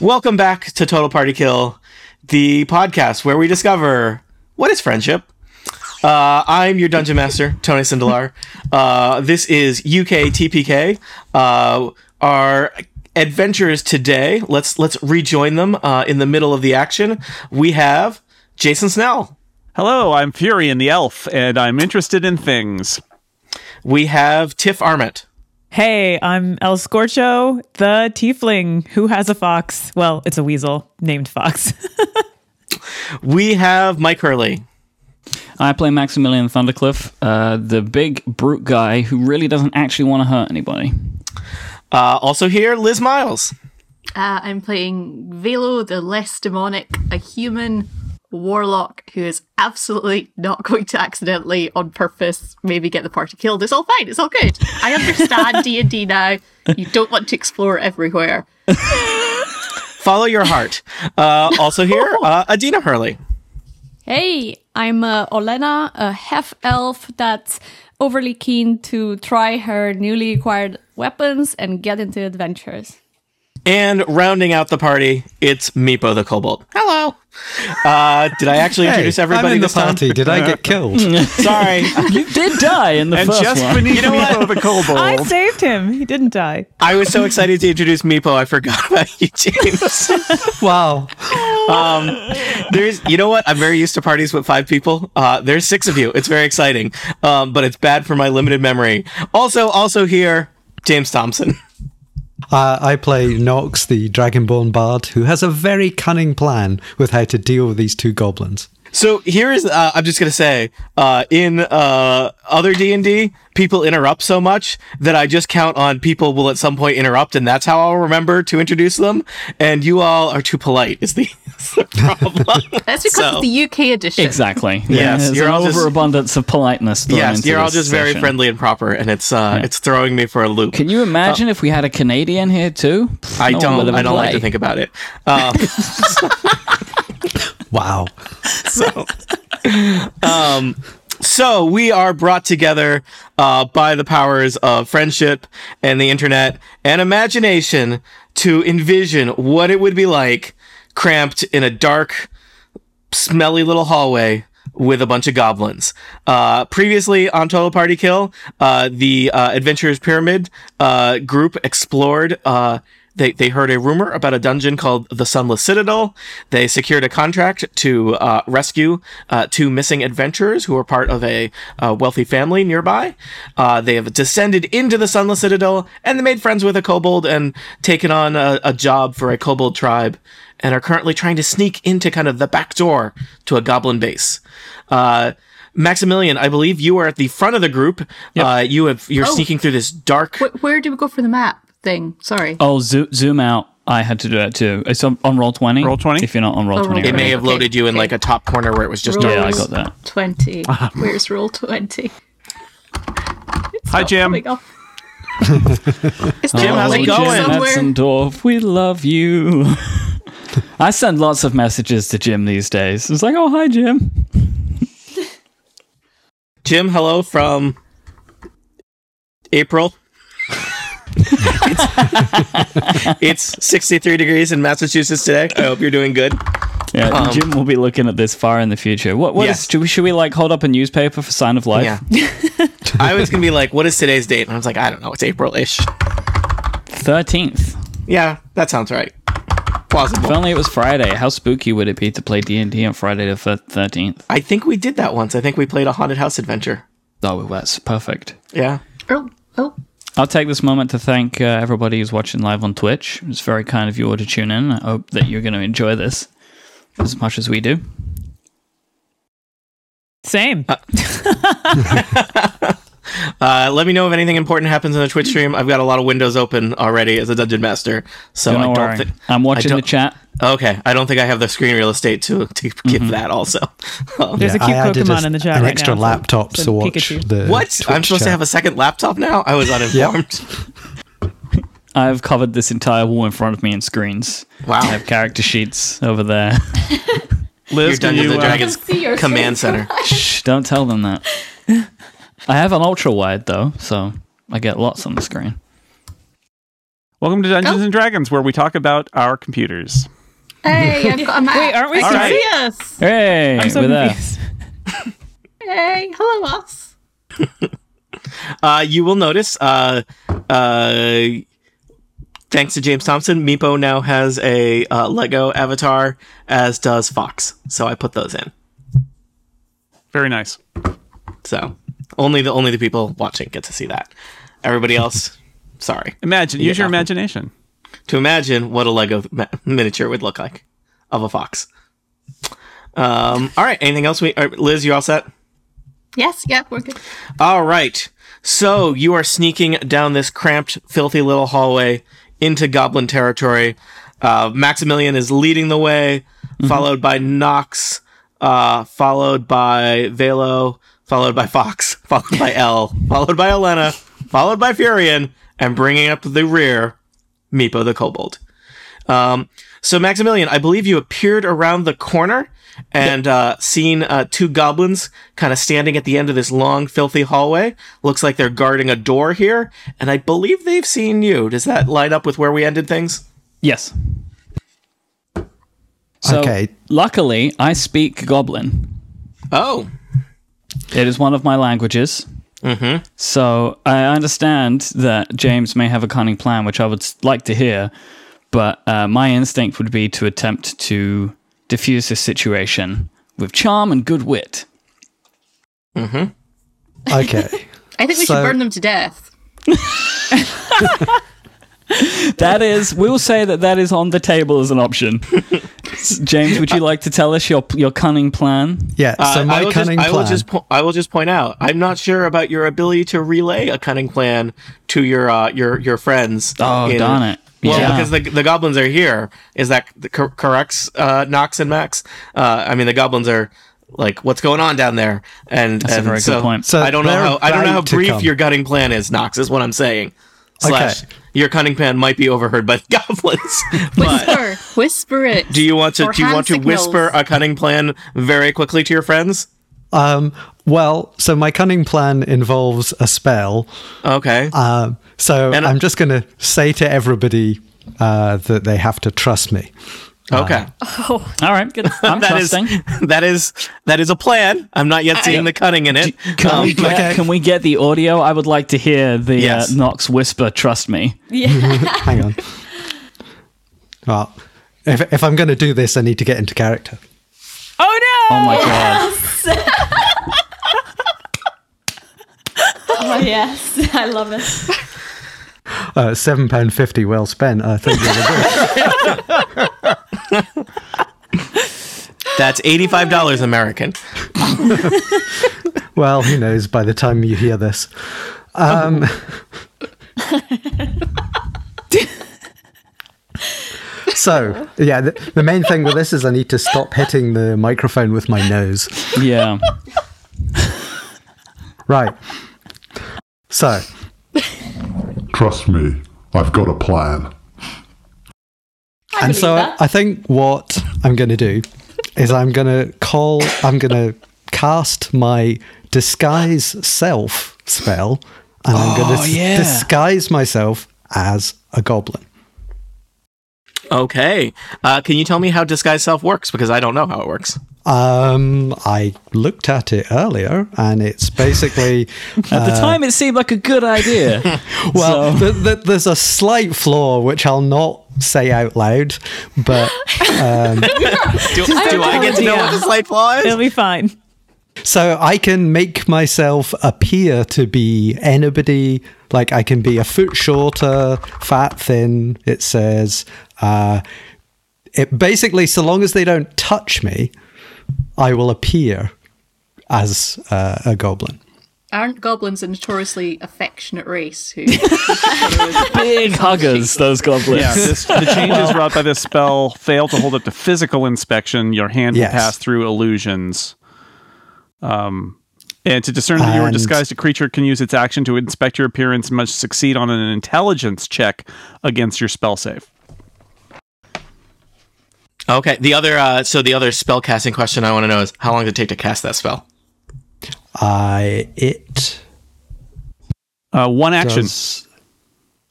Welcome back to Total Party Kill, the podcast where we discover what is friendship. Uh, I'm your dungeon master, Tony Sindelar. Uh, this is UK TPK. Uh, our adventurers today. Let's let's rejoin them uh, in the middle of the action. We have Jason Snell. Hello, I'm Furion the Elf, and I'm interested in things. We have Tiff Armit. Hey, I'm El Scorcho, the tiefling who has a fox. Well, it's a weasel named Fox. We have Mike Hurley. I play Maximilian Thundercliff, uh, the big brute guy who really doesn't actually want to hurt anybody. Uh, also here, Liz Miles. Uh, I'm playing Velo, the less demonic, a human warlock who is absolutely not going to accidentally, on purpose, maybe get the party killed. It's all fine. It's all good. I understand D and D now. You don't want to explore everywhere. Follow your heart. Uh, also here, uh, Adina Hurley. Hey, I'm uh, Olena, a half elf that's overly keen to try her newly acquired weapons and get into adventures. And rounding out the party, it's Meepo the Kobold. Hello. Uh, did I actually introduce Hey, everybody I'm in the this time? party. Did I get killed? Sorry, You did die in the And first just one. beneath me are the I kobold. saved him. He didn't die. I was so excited to introduce Meepo, I forgot about you, James. wow. There's, you know what? I'm very used to parties with five people. Uh, there's six of you. It's very exciting, um, but it's bad for my limited memory. Also, also here, James Thompson. Uh, I play Nox, the Dragonborn bard, who has a very cunning plan with how to deal with these two goblins. So here is, uh, I'm just gonna say, uh, in uh, other D and D, people interrupt so much that I just count on people will at some point interrupt, and that's how I'll remember to introduce them. And you all are too polite. Is the, is the problem? That's because So- of the UK edition. Exactly. Yes, There's you're an all just- overabundance of politeness. thrown yes, into you're all this just very session. friendly and proper, and it's uh, it's throwing me for a loop. Can you imagine if we had a Canadian here too? Pff, I no one would don't. have I don't like to played. think about it. Um, Wow. so, um, so we are brought together uh, by the powers of friendship and the internet and imagination to envision what it would be like cramped in a dark, smelly little hallway with a bunch of goblins. Uh, previously on Total Party Kill, uh, the uh, Adventurers Pyramid uh, group explored. Uh, they, they heard a rumor about a dungeon called the Sunless Citadel. They secured a contract to uh, rescue uh, two missing adventurers who were part of a uh, wealthy family nearby. Uh, they have descended into the Sunless Citadel and they made friends with a kobold and taken on a, a job for a kobold tribe and are currently trying to sneak into kind of the back door to a goblin base. Uh, Maximilian, I believe you are at the front of the group. Uh, you have you're sneaking through this dark. Wh- Where do we go for the map thing? Sorry. Oh, zo- zoom out. I had to do that too. It's on, on roll twenty. Roll 20? If you're not on roll Oh, twenty, roll it may have Okay, loaded you in okay. like a top corner where it was just Roll dark. yeah, I got that. Twenty. Where's roll twenty? Hi, Jim. Coming up. It's not Jim, how's it like going? Jim Somewhere. Metzendorf, we love you. I send lots of messages to Jim these days. It's like, oh hi Jim. Jim, hello from April. it's, it's 63 degrees in Massachusetts today. I hope you're doing good. Yeah, Um, Jim will be looking at this far in the future. What what is? Yes. should we should we like hold up a newspaper for sign of life? Yeah. I was going to be like, what is today's date? And I was like, I don't know. It's April ish. Thirteenth. Yeah, that sounds right. If Plausible. only it was Friday. How spooky would it be to play D and D on Friday the thirteenth? I think we did that once. I think we played a haunted house adventure. Oh, that's perfect. Yeah. Oh, oh, I'll take this moment to thank uh, everybody who's watching live on Twitch. It's very kind of you all to tune in. I hope that you're going to enjoy this as much as we do. Same. Uh, let me know if anything important happens in the Twitch stream. I've got a lot of windows open already as a dungeon master, so I Don't don't worry. think I'm watching don't- the chat. Okay, I don't think I have the screen real estate to to give Mm-hmm. that also. Um, There's a cute I added Pokemon a- in the chat An right extra now. laptop Some to watch Pikachu. the. What? I'm Twitch supposed to chat. have a second laptop now? I was uninformed. I've covered this entire wall in front of me in screens. I Wow. have character sheets over there. Your Liz, can Dungeons you, and uh, Dragons see your command center. Shh, don't tell them that. I have an ultra wide though, so I get lots on the screen. Welcome to Dungeons Oh. and Dragons, where we talk about our computers. Hey, I've got a map. Wait, aren't we I can All right. see us? Hey, I'm so we're there. confused. Hey, hello us. Uh, you will notice, uh, uh, thanks to James Thompson, Meepo now has a uh, Lego avatar, as does Fox. So I put those in. Very nice. So only the only the people watching get to see that. Everybody else, sorry. Imagine. Use your nothing. imagination. To imagine what a Lego ma- miniature would look like of a fox. Um, all right. Anything else? We uh, Liz, you all set? Yes, yeah, we're good. All right. So you are sneaking down this cramped, filthy little hallway into goblin territory. Uh, Maximilian is leading the way, followed by Nox, uh, followed by Velo, followed by Fox, followed by L, followed by Elena, followed by Furion, and bringing up the rear, Meepo the Kobold. Um, so Maximilian, I believe you appeared around the corner and uh, seen uh, two goblins kind of standing at the end of this long, filthy hallway. Looks like they're guarding a door here, and I believe they've seen you. Does that line up with where we ended things? Yes. So, Okay. Luckily, I speak Goblin. Oh, It is one of my languages. Mm-hmm. So I understand that James may have a cunning plan, which I would s- like to hear, but uh, my instinct would be to attempt to diffuse this situation with charm and good wit. Mm-hmm. Okay. I think we So- should burn them to death. That is, we'll say that that is on the table as an option. S- James, would you like to tell us your your cunning plan? Yeah. so Uh, my I will cunning just, I will plan. just po- I will just point out. I'm not sure about your ability to relay a cunning plan to your uh, your your friends. Oh, in- darn it. Well, Yeah. because the, the goblins are here. Is that the cor- corrects uh, Nox and Max? Uh, I mean, the goblins are like, what's going on down there? And that's a very good point. So So I don't know they're how I don't know about how to brief come. your cunning plan is, Nox. Is what I'm saying. Okay. Slash, your cunning plan might be overheard by the goblins. but Whisper, whisper it. do you want to Or do you hand want to signals. whisper a cunning plan very quickly to your friends? um, well, so my cunning plan involves a spell. Okay. Um, so And I- I'm just going to say to everybody uh, that they have to trust me. okay. All right, I'm That is trusting. that is that is a plan. I'm not yet seeing the cunning in it. Um, Can, um, we get, okay. can we get the audio? I would like to hear the Yes. uh, Knox whisper. Trust me. Hang on. Well, if, if I'm going to do this, I need to get into character. Oh no! Oh my god. Oh, yes. I love it. Uh, Seven pound fifty, well spent. I think. you're good. That's eighty five dollars American. well, who knows? By the time you hear this, um, so yeah, the, the main thing with this is I need to stop hitting the microphone with my nose. Yeah. Right. So Trust me, I've got a plan. and so I, I think what I'm going to do is I'm going to call, I'm going to cast my disguise self spell, and I'm going to yeah. disguise myself as a goblin. Okay. Uh, can you tell me how disguise self works? Because I don't know how it works. Um, I looked at it earlier, and it's basically At Uh, the time, it seemed like a good idea. well, So- th- th- there's a slight flaw which I'll not say out loud, but Do, do I get to know what the slight flaw is? It'll be fine. So I can make myself appear to be anybody. Like I can be a foot shorter, fat, thin. It says, uh, it basically, so long as they don't touch me, I will appear as uh, a goblin. Aren't goblins a notoriously affectionate race who Big huggers, those goblins. Yeah, this, the changes wrought by this spell fail to hold up to physical inspection. Your hand Yes. will pass through illusions. Um, and to discern that you are And- disguised, a creature can use its action to inspect your appearance and must succeed on an intelligence check against your spell save. Okay. The other uh, so the other spell casting question I want to know is how long did it take to cast that spell? I it Uh, one action. does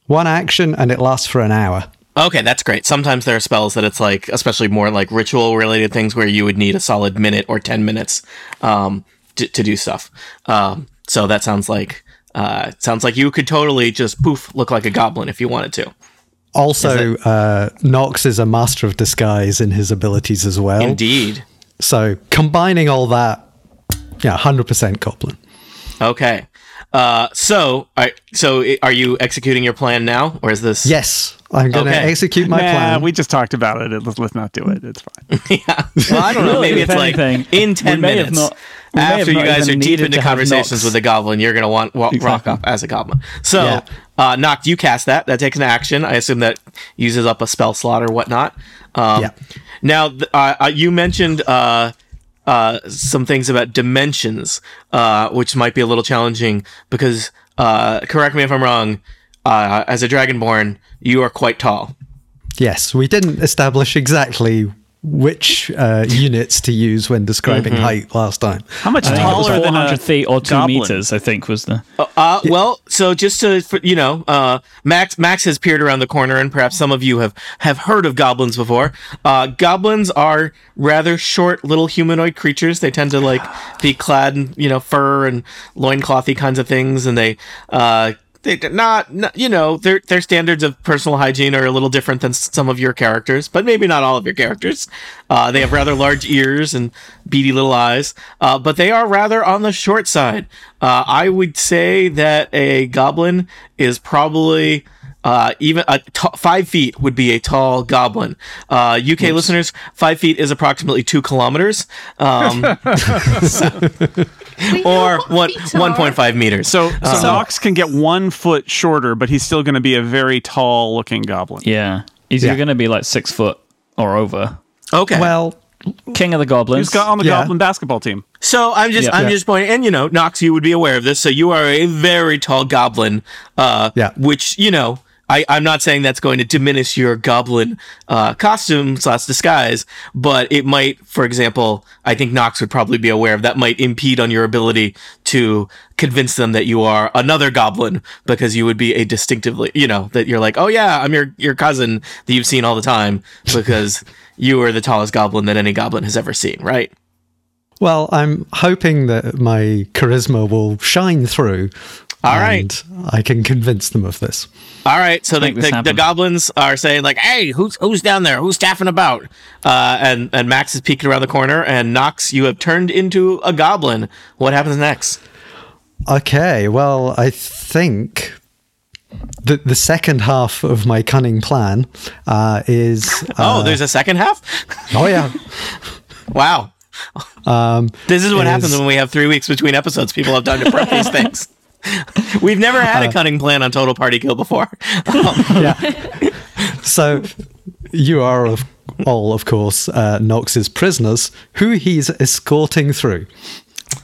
one action, and it lasts for an hour. Okay, that's great. Sometimes there are spells that it's like, especially more like ritual related things where you would need a solid minute or 10 minutes um, to, to do stuff. Um, so that sounds like. Uh, sounds like you could totally just poof look like a goblin if you wanted to. Also, uh, Nox is a master of disguise in his abilities as well. Indeed. So combining all that, yeah, hundred percent Goblin. Okay. Uh, so, are, so i- are you executing your plan now, or is this? Yes, I'm going to Okay. execute my nah, plan. we just talked about it. Let's, let's not do it. It's fine. Well, I don't know. Really, Maybe if it's like anything, in ten we may have minutes. not- we may have after you not guys are even deep needed into to have conversations Nox. with the goblin, you're gonna want wa- rock Exactly. up as a goblin. So, Yeah. uh, Noct, you cast that. That takes an action. I assume that uses up a spell slot or whatnot. Um, Yeah. Now, th- uh, uh, you mentioned uh, uh, some things about dimensions, uh, which might be a little challenging because, uh, correct me if I'm wrong. Uh, as a dragonborn, you are quite tall. yes, we didn't establish exactly which uh, units to use when describing height last time. How much I think it was taller than 400 a feet or two goblin? meters, I think was the. Uh, well, so just to for- you know, uh, Max Max has peered around the corner, and perhaps some of you have have heard of goblins before. Uh, goblins are rather short, little humanoid creatures. They tend to like be clad in you know fur and loinclothy kinds of things, and they uh, they d- not, not you know their their standards of personal hygiene are a little different than s- some of your characters, but maybe not all of your characters. Uh, they have rather large ears and beady little eyes, uh, but they are rather on the short side. Uh, I would say that a goblin is probably. Uh, even a t- five feet would be a tall goblin. Uh, UK listeners, five feet is approximately two kilometers, um, We know or one what feet one are. point five meters. So, Uh, so Nox can get one foot shorter, but he's still going to be a very tall looking goblin. Yeah. He's Yeah. either going to be like six foot or over. okay, Well, King of the He's Goblins. got on the Yeah. goblin basketball team. So I'm just Yeah. I'm Yeah. just pointing, and you know, Nox, you would be aware of this. So you are a very tall goblin. Uh, Yeah. Which you know, I I'm not saying that's going to diminish your goblin uh, costume slash disguise, but it might, for example, I think Nox would probably be aware of that might impede on your ability to convince them that you are another goblin because you would be a distinctively, you know, that you're like, oh yeah, I'm your your cousin that you've seen all the time because you are the tallest goblin that any goblin has ever seen, right? well, I'm hoping that my charisma will shine through. All and right. I can convince them of this. All right, so the, Make this the, the happen. goblins are saying like, "Hey, who's who's down there? Who's staffing about?" Uh, and and Max is peeking around the corner, and Knox, you have turned into a goblin. What happens next? Okay, well, I think the the second half of my cunning plan uh, is uh, oh, there's a second half. oh yeah wow, this is what it happens is- when we have three weeks between episodes. People have time to prep these things. We've never had a cunning plan on Total Party Kill before. so you are of all of course uh, Knox's prisoners who he's escorting through.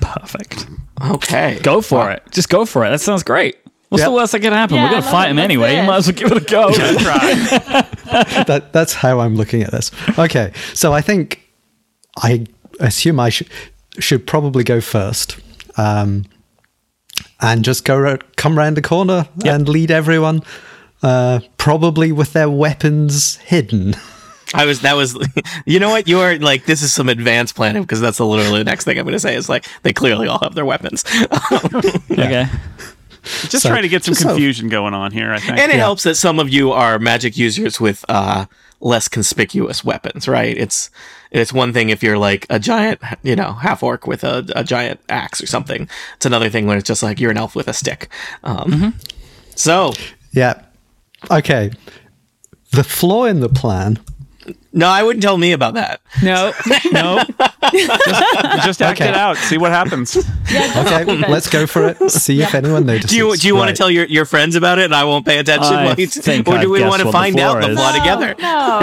Perfect. okay, Go for it. Just go for it. That sounds great. What's Yep. the worst that could happen? Yeah, We're I going to love fight it. him Let's anyway. do You it. might as well give it a go. That that's how I'm looking at this. Okay, so I think I assume I should should probably go first. Um, and just go ro- come round the corner and lead everyone, uh, probably with their weapons hidden. I was that was, you know what? You are like this is some advanced planning because that's literally the next thing I'm going to say is like they clearly all have their weapons. Okay. Just So- trying to get some just so- confusion going on here, I think. And it helps that some of you are magic users with uh, less conspicuous weapons, right? It's it's one thing if you're like a giant, you know, half orc with a, a giant axe or something. It's another thing when it's just like you're an elf with a stick. Um, Mm-hmm. So Yeah. Okay. The flaw in the plan. no, I wouldn't tell me about that. No, no. Just act Okay. it out. See what happens. Okay, let's go for it. See if anyone notices. Do you do you want Right. to tell your, your friends about it and I won't pay attention? I Well, you- think or I do we guess want to what the find out floor the is. flaw No, together? No.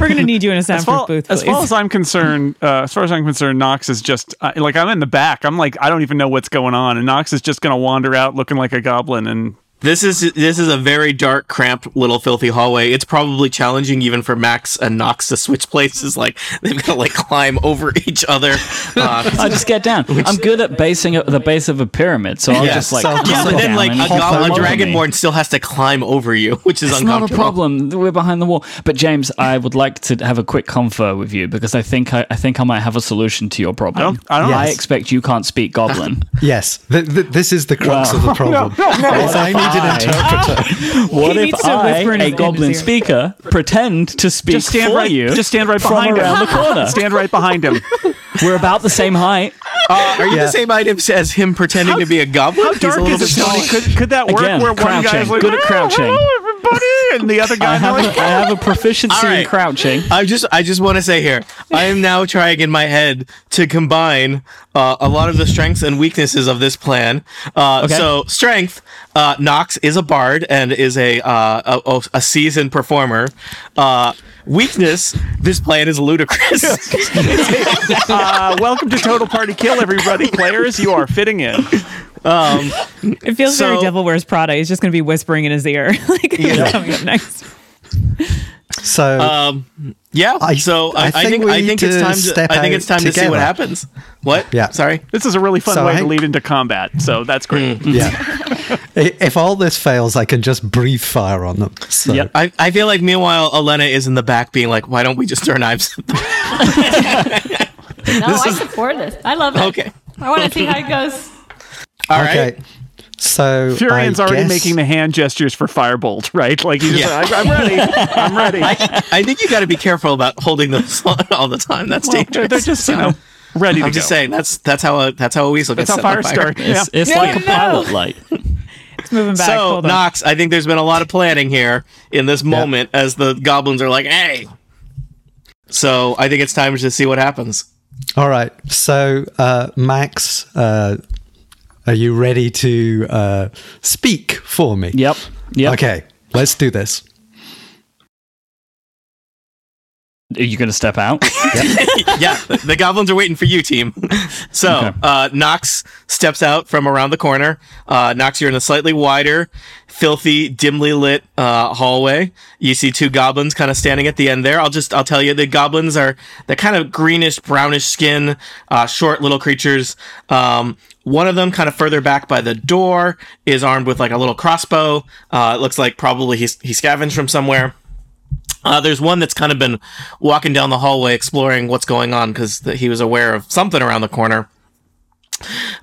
We're gonna need you in a As soundproof far, booth, as please. far as I'm concerned, uh, as far as I'm concerned, Knox is just uh, like I'm in the back. I'm like I don't even know what's going on, and Knox is just going to wander out looking like a goblin and This is this is a very dark, cramped, little filthy hallway. It's probably challenging even for Max and Nox to switch places. Like they've got to like climb over each other. Uh, I just get down. I'm good at basing at the base of a pyramid, so I'll Yeah. just like. So- just yeah, but sit then down like and a, hop go- a over me. dragonborn still has to climb over you, which is It's not a uncomfortable. problem. We're behind the wall. But James, I would like to have a quick confer with you because I think I, I think I might have a solution to your problem. I don't- oh, I don't- I Yes. expect you can't speak Goblin. Yes, th- th- this is the crux of the problem. Yes, I need an interpreter. what He if needs to I, whisper in a his- in Goblin his ear. speaker, pretend to speak Just stand for right. you? Just stand right from behind around him. the corner. Stand right behind him. We're about the same height. Uh, are you Yeah. the same item as him pretending to be a goblin? How He's dark a little is it, bit Tony? taller. Could, could that work? Again, where one guy is crouching. like, Good at "Ah, crouching." hello, everybody, and the other I guy have, like, a, I have a proficiency All right. in crouching. I just I just want to say here, I am now trying in my head to combine uh, a lot of the strengths and weaknesses of this plan. Uh, Okay. So strength, uh, Knox is a bard and is a uh, a, a seasoned performer. Uh, weakness, this plan is ludicrous. uh, "Welcome to Total Party Kill, everybody, players. You are fitting in." It feels So- very Devil Wears Prada. He's just going to be whispering in his ear, like what's coming up next. So um, yeah. I- so I, I I think think we I need think to it's time step to I think out it's time to see what together. happens. What? Yeah. Sorry. This is a really fun So way I- to lead into combat, so that's great. Hmm. yeah, I- if all this fails, I can just breathe fire on them. So. Yep. I, I feel like meanwhile Elena is in the back being like, why don't we just throw knives? at them?" No, I support this. I love it. okay. I want to see how it goes. All right. okay. So Furion's I already guess- making the hand gestures for Firebolt, right? Like he's just Yeah. like, "I'm ready, I'm ready." I think you got to be careful about holding those on all the time. That's Well, they're, dangerous. they're just you know ready I'm to just go. saying that's that's how a that's how a weasel That's gets how set on fire starts. Yeah. It's, it's No, like a no. pilot light. It's moving back. So Hold on. Knox, I think there's been a lot of planning here in this moment as the goblins are like, "Hey." So I think it's time to see what happens. All right. So uh, Max, uh, are you ready to uh, speak for me? Yep. Yep. Okay. Let's do this. Are you going to step out? yeah, the, the goblins are waiting for you, team. So Okay. uh, Knox steps out from around the corner. Uh, Knox, you're in a slightly wider, filthy, dimly lit uh, hallway. You see two goblins kind of standing at the end there. I'll just I'll tell you the goblins are they're kind of greenish, brownish skin, uh, short little creatures. Um, one of them, kind of further back by the door, is armed with like a little crossbow. Uh, it looks like probably he's he scavenged from somewhere. Uh, there's one that's kind of been walking down the hallway exploring what's going on because th- he was aware of something around the corner.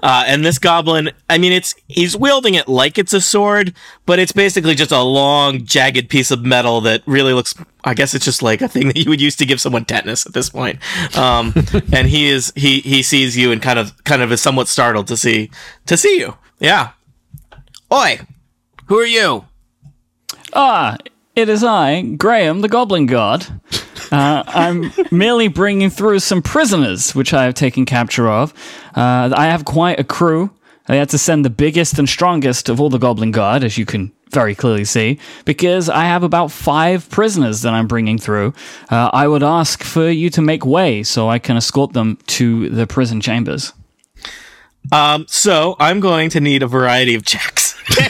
Uh, and this goblin, I mean, it's he's wielding it like it's a sword, but it's basically just a long, jagged piece of metal that really looks. I guess it's just like a thing that you would use to give someone tetanus at this point. Um, and he is he he sees you and kind of kind of is somewhat startled to see to see you. Yeah. Oi, who are you? Ah, it is I, Graham, the Goblin God. Uh, I'm merely bringing through some prisoners, which I have taken capture of. Uh, I have quite a crew. I had to send the biggest and strongest of all the Goblin Guard, as you can very clearly see, because I have about five prisoners that I'm bringing through. Uh, I would ask for you to make way so I can escort them to the prison chambers. Um, so I'm going to need a variety of checks. there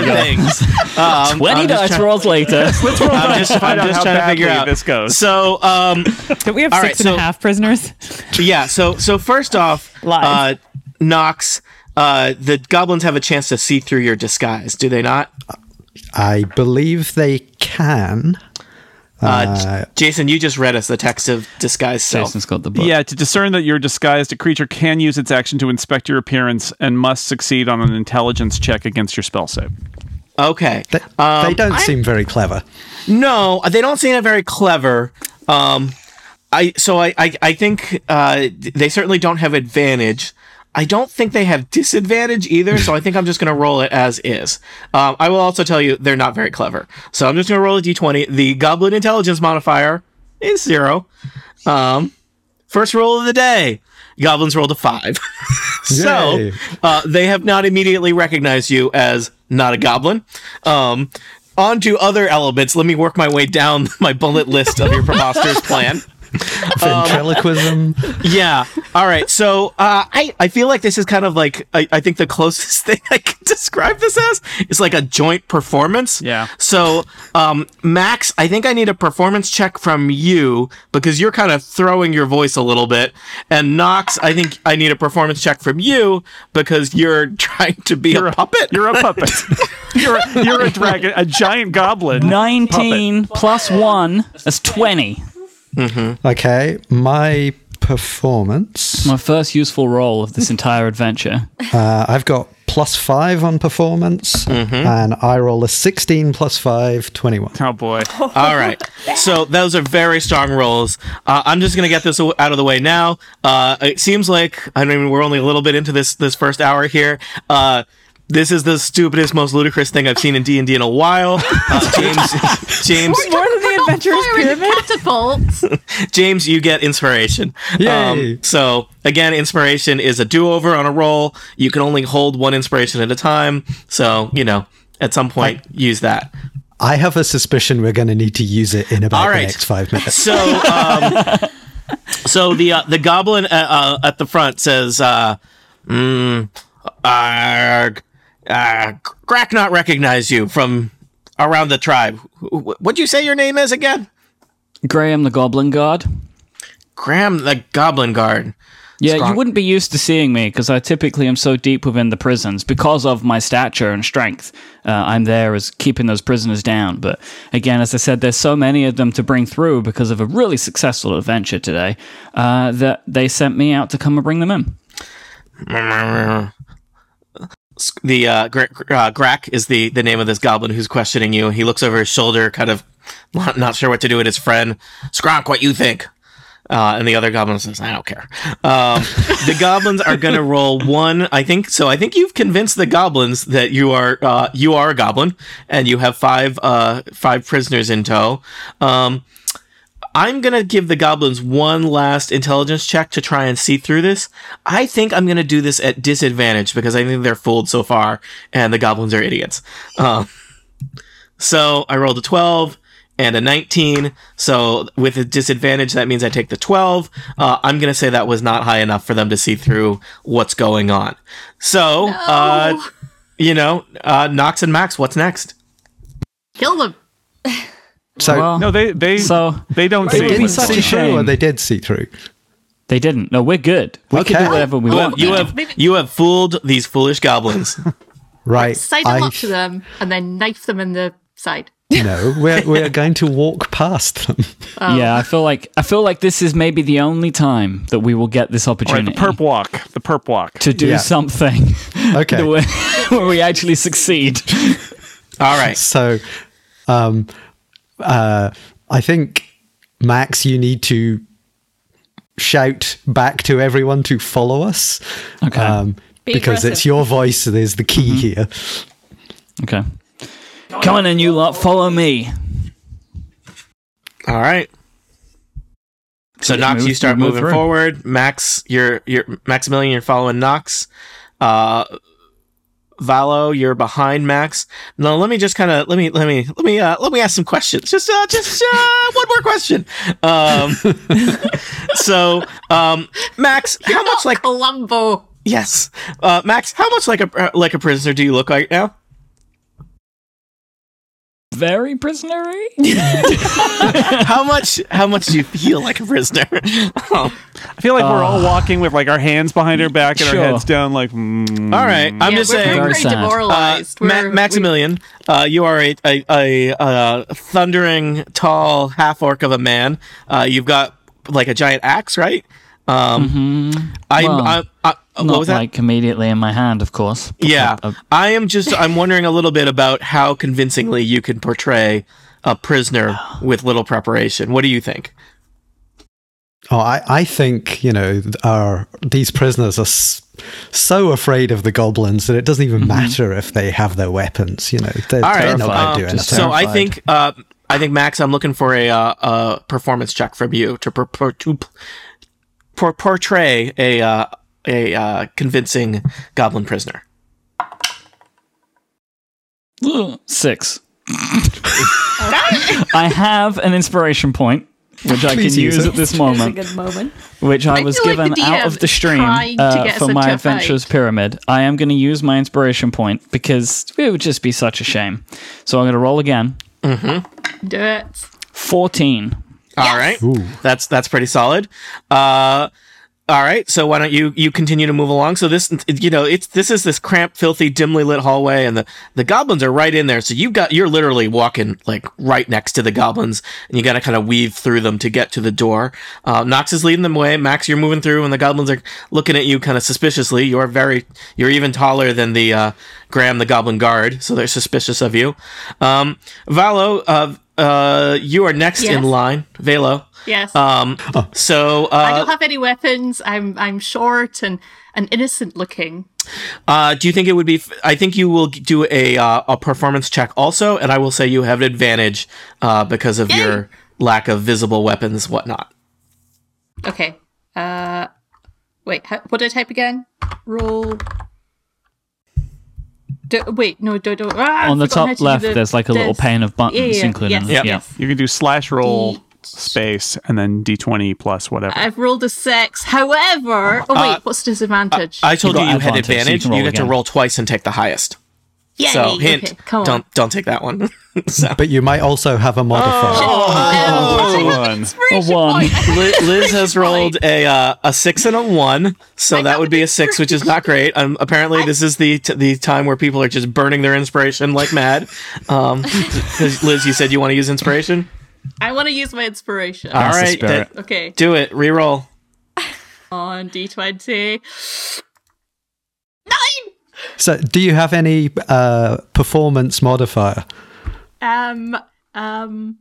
we go. Things. Um, 20 I'm just dice try- rolls later. I'm just, I'm Find out just how trying to figure badly out this goes. So, um, Don't we have all six right, and a half so- prisoners? yeah. So, so first off, uh, Lies. Knox, uh, the goblins have a chance to see through your disguise, do they not? I believe they can. Uh, J- Jason, you just read us the text of disguise self. Jason's got the book. Yeah, to discern that you're disguised, a creature can use its action to inspect your appearance and must succeed on an intelligence check against your spell save. Okay. They, Um, they don't seem very clever. No, they don't seem very clever. Um, I so I I, I think uh, they certainly don't have advantage. I don't think they have disadvantage either, so I think I'm just going to roll it as is. Um, I will also tell you they're not very clever, so I'm just going to roll a d20. The goblin intelligence modifier is zero. Um, first roll of the day, goblins rolled a five, so Yay. uh, they have not immediately recognized you as not a goblin. Um, on to other elements. Let me work my way down my bullet list of your preposterous plan. Ventriloquism. yeah. All right. So uh, I I feel like this is kind of like I, I think the closest thing I can describe this as is like a joint performance. Yeah. So um, Max, I think I need a performance check from you because you're kind of throwing your voice a little bit, and Knox, I think I need a performance check from you because you're trying to be a puppet. You're a puppet. you're, a, you're a dragon, a giant goblin. 19 plus 1, that's 20. Okay, my performance. My first useful role of this entire adventure. Uh, I've got plus five on performance, Mm-hmm. and I roll a 16 plus five, 21. Oh boy. All right. So those are very strong rolls. Uh, I'm just gonna get this aw- out of the way now. Uh, it seems like I mean we're only a little bit into this this first hour here. Uh, this is the stupidest, most ludicrous thing I've seen in D and D in a while. Uh, James, James, More than the adventurer's Fire with a pyramid. catapult. James, you get inspiration. Um, Yay. so again, inspiration is a do-over on a roll. You can only hold one inspiration at a time. So you know, at some point, use that. I have a suspicion we're going to need to use it in about All the right. next five minutes. So, um, so the uh, the goblin uh, uh, at the front says, uh, mm, uh, uh, "Crack not recognize you from around the tribe. What would you say your name is again?" Graham the Goblin Guard. Graham the Goblin Guard. Yeah, Strong. you wouldn't be used to seeing me because I typically am so deep within the prisons because of my stature and strength. Uh, I'm there as keeping those prisoners down. But again, as I said, there's so many of them to bring through because of a really successful adventure today uh, that they sent me out to come and bring them in. The uh, Gr- Gr- uh, Grack is the the name of this goblin who's questioning you. He looks over his shoulder, kind of not, not sure what to do with his friend. Skronk, what you think? Uh, and the other goblin says, "I don't care." Um, the goblins are going to roll one, I think. So I think you've convinced the goblins that you are uh, you are a goblin, and you have five uh, five prisoners in tow. Um, I'm going to give the goblins one last intelligence check to try and see through this. I think I'm going to do this at disadvantage because I think they're fooled so far and the goblins are idiots. Um, so I rolled a 12 and a 19. So with a disadvantage, that means I take the 12. Uh, I'm going to say that was not high enough for them to see through what's going on. So, uh, you know, uh, Nox and Max, what's next? Kill them. So Well, No, they they So- they don't they see. didn't what's such a going see on. through, or shame. they did see through. they didn't. No, we're good. We can Okay. do whatever we You want. have, you now. have Maybe- you have fooled these foolish goblins. Right. Side them up to them and then knife them in the side. No, we're, we're going to walk past them. Yeah, I feel like I feel like this is maybe the only time that we will get this All right, the opportunity perp walk. The perp walk. to do Yeah. something Okay. where, where we actually succeed. All right. So, um, uh, I think Max, you need to shout back to everyone to follow us. Okay. Um, Be because aggressive. it's your voice that is the key Mm-hmm. here. Okay. Come on in, you lot. Follow me. All right. So Yeah, Knox, move- you start move moving through. forward. Max, you're you're Maximilian, you're following Knox. Uh Valo, you're behind Max. Now let me just kind of let me let me let me uh let me ask some questions. Just uh just uh one more question. Um so um Max, how much like Columbo. yes. Uh Max, how much like a uh, like a prisoner do you look like now? Very prisonery. How much how much do you feel like a prisoner? Um, I feel like we're all walking with like our hands behind our back and Oh. Sure. our heads down. Like, mm. all right. I'm yeah, just we're saying Very very sad. Uh, demoralized. Ma- We're- Maximilian, uh, you are a, a, a, uh thundering, tall half orc of a man. Uh, you've got like a giant axe, right? Um, I'm, Mm-hmm. Well, I'm, I, uh, what Not was that? like immediately in my hand, of course. yeah, Uh, I am just. I'm wondering a little bit about how convincingly you can portray a prisoner with little preparation. What do you think? Oh, I, I think, you know, our, these prisoners are s- so afraid of the goblins that it doesn't even matter if they have their weapons, you know. They're, All right, they're not um, going to do anything. just So I Terrified. think. Uh, I think Max, I'm looking for a, uh, a performance check from you to, per- per- to p- por- portray a uh, a uh, convincing goblin prisoner. uh, Six. I have an inspiration point. which I can Please use, use it. at this It's a moment, good moment. which I was feel like the given out DM of the stream trying to uh, get for us my into a adventures pyramid. I am going to use my inspiration point because it would just be such a shame. So I'm going to roll again. Do it. Fourteen. All right, that's that's pretty solid. Uh, all right, so why don't you you continue to move along? So this you know it's this is this cramped, filthy, dimly lit hallway, and the the goblins are right in there. So you've got you're literally walking like right next to the goblins, and you got to kind of weave through them to get to the door. Uh, Nox is leading the way. Max, you're moving through, and the goblins are looking at you kind of suspiciously. You're very you're even taller than the uh, Graham, the goblin guard, so they're suspicious of you. Um, Valo, uh, uh, you are next Yes. in line, Valo. Yes. Um, so I uh, don't have any weapons. I'm I'm short and, and innocent looking. Uh, do you think it would be? F- I think you will g- do a uh, a performance check also, and I will say you have an advantage uh, because of your lack of visible weapons, whatnot. Okay. Uh, wait. How, what did I type again? Roll. Do, wait. No. Don't. don't ah, On the I've forgotten how top to do left, the- there's like a little this. pane of buttons Yeah, yeah, yeah. included. Yes, Yeah. yes. You can do slash roll D- space and then d20 plus whatever. I've rolled a six. However, oh wait, what's disadvantage? Uh, I told you got you had advantage, so advantage. you can roll you get to again. roll twice and take the highest. Yay, so hint, Okay, come on. don't don't take that one. so Oh. But you might also have a Oh, modifier. Oh, One. A one. Li- Liz has rolled a uh, a six and a one, so that would be a six, which is not great. Um, apparently, this is the t- the time where people are just burning their inspiration like mad. Um, Liz, you said you want to use inspiration. I want to use my inspiration. All That's the right, spirit. that- okay. do it. Reroll. On D twenty. So, do you have any uh, performance modifier? Um. Um.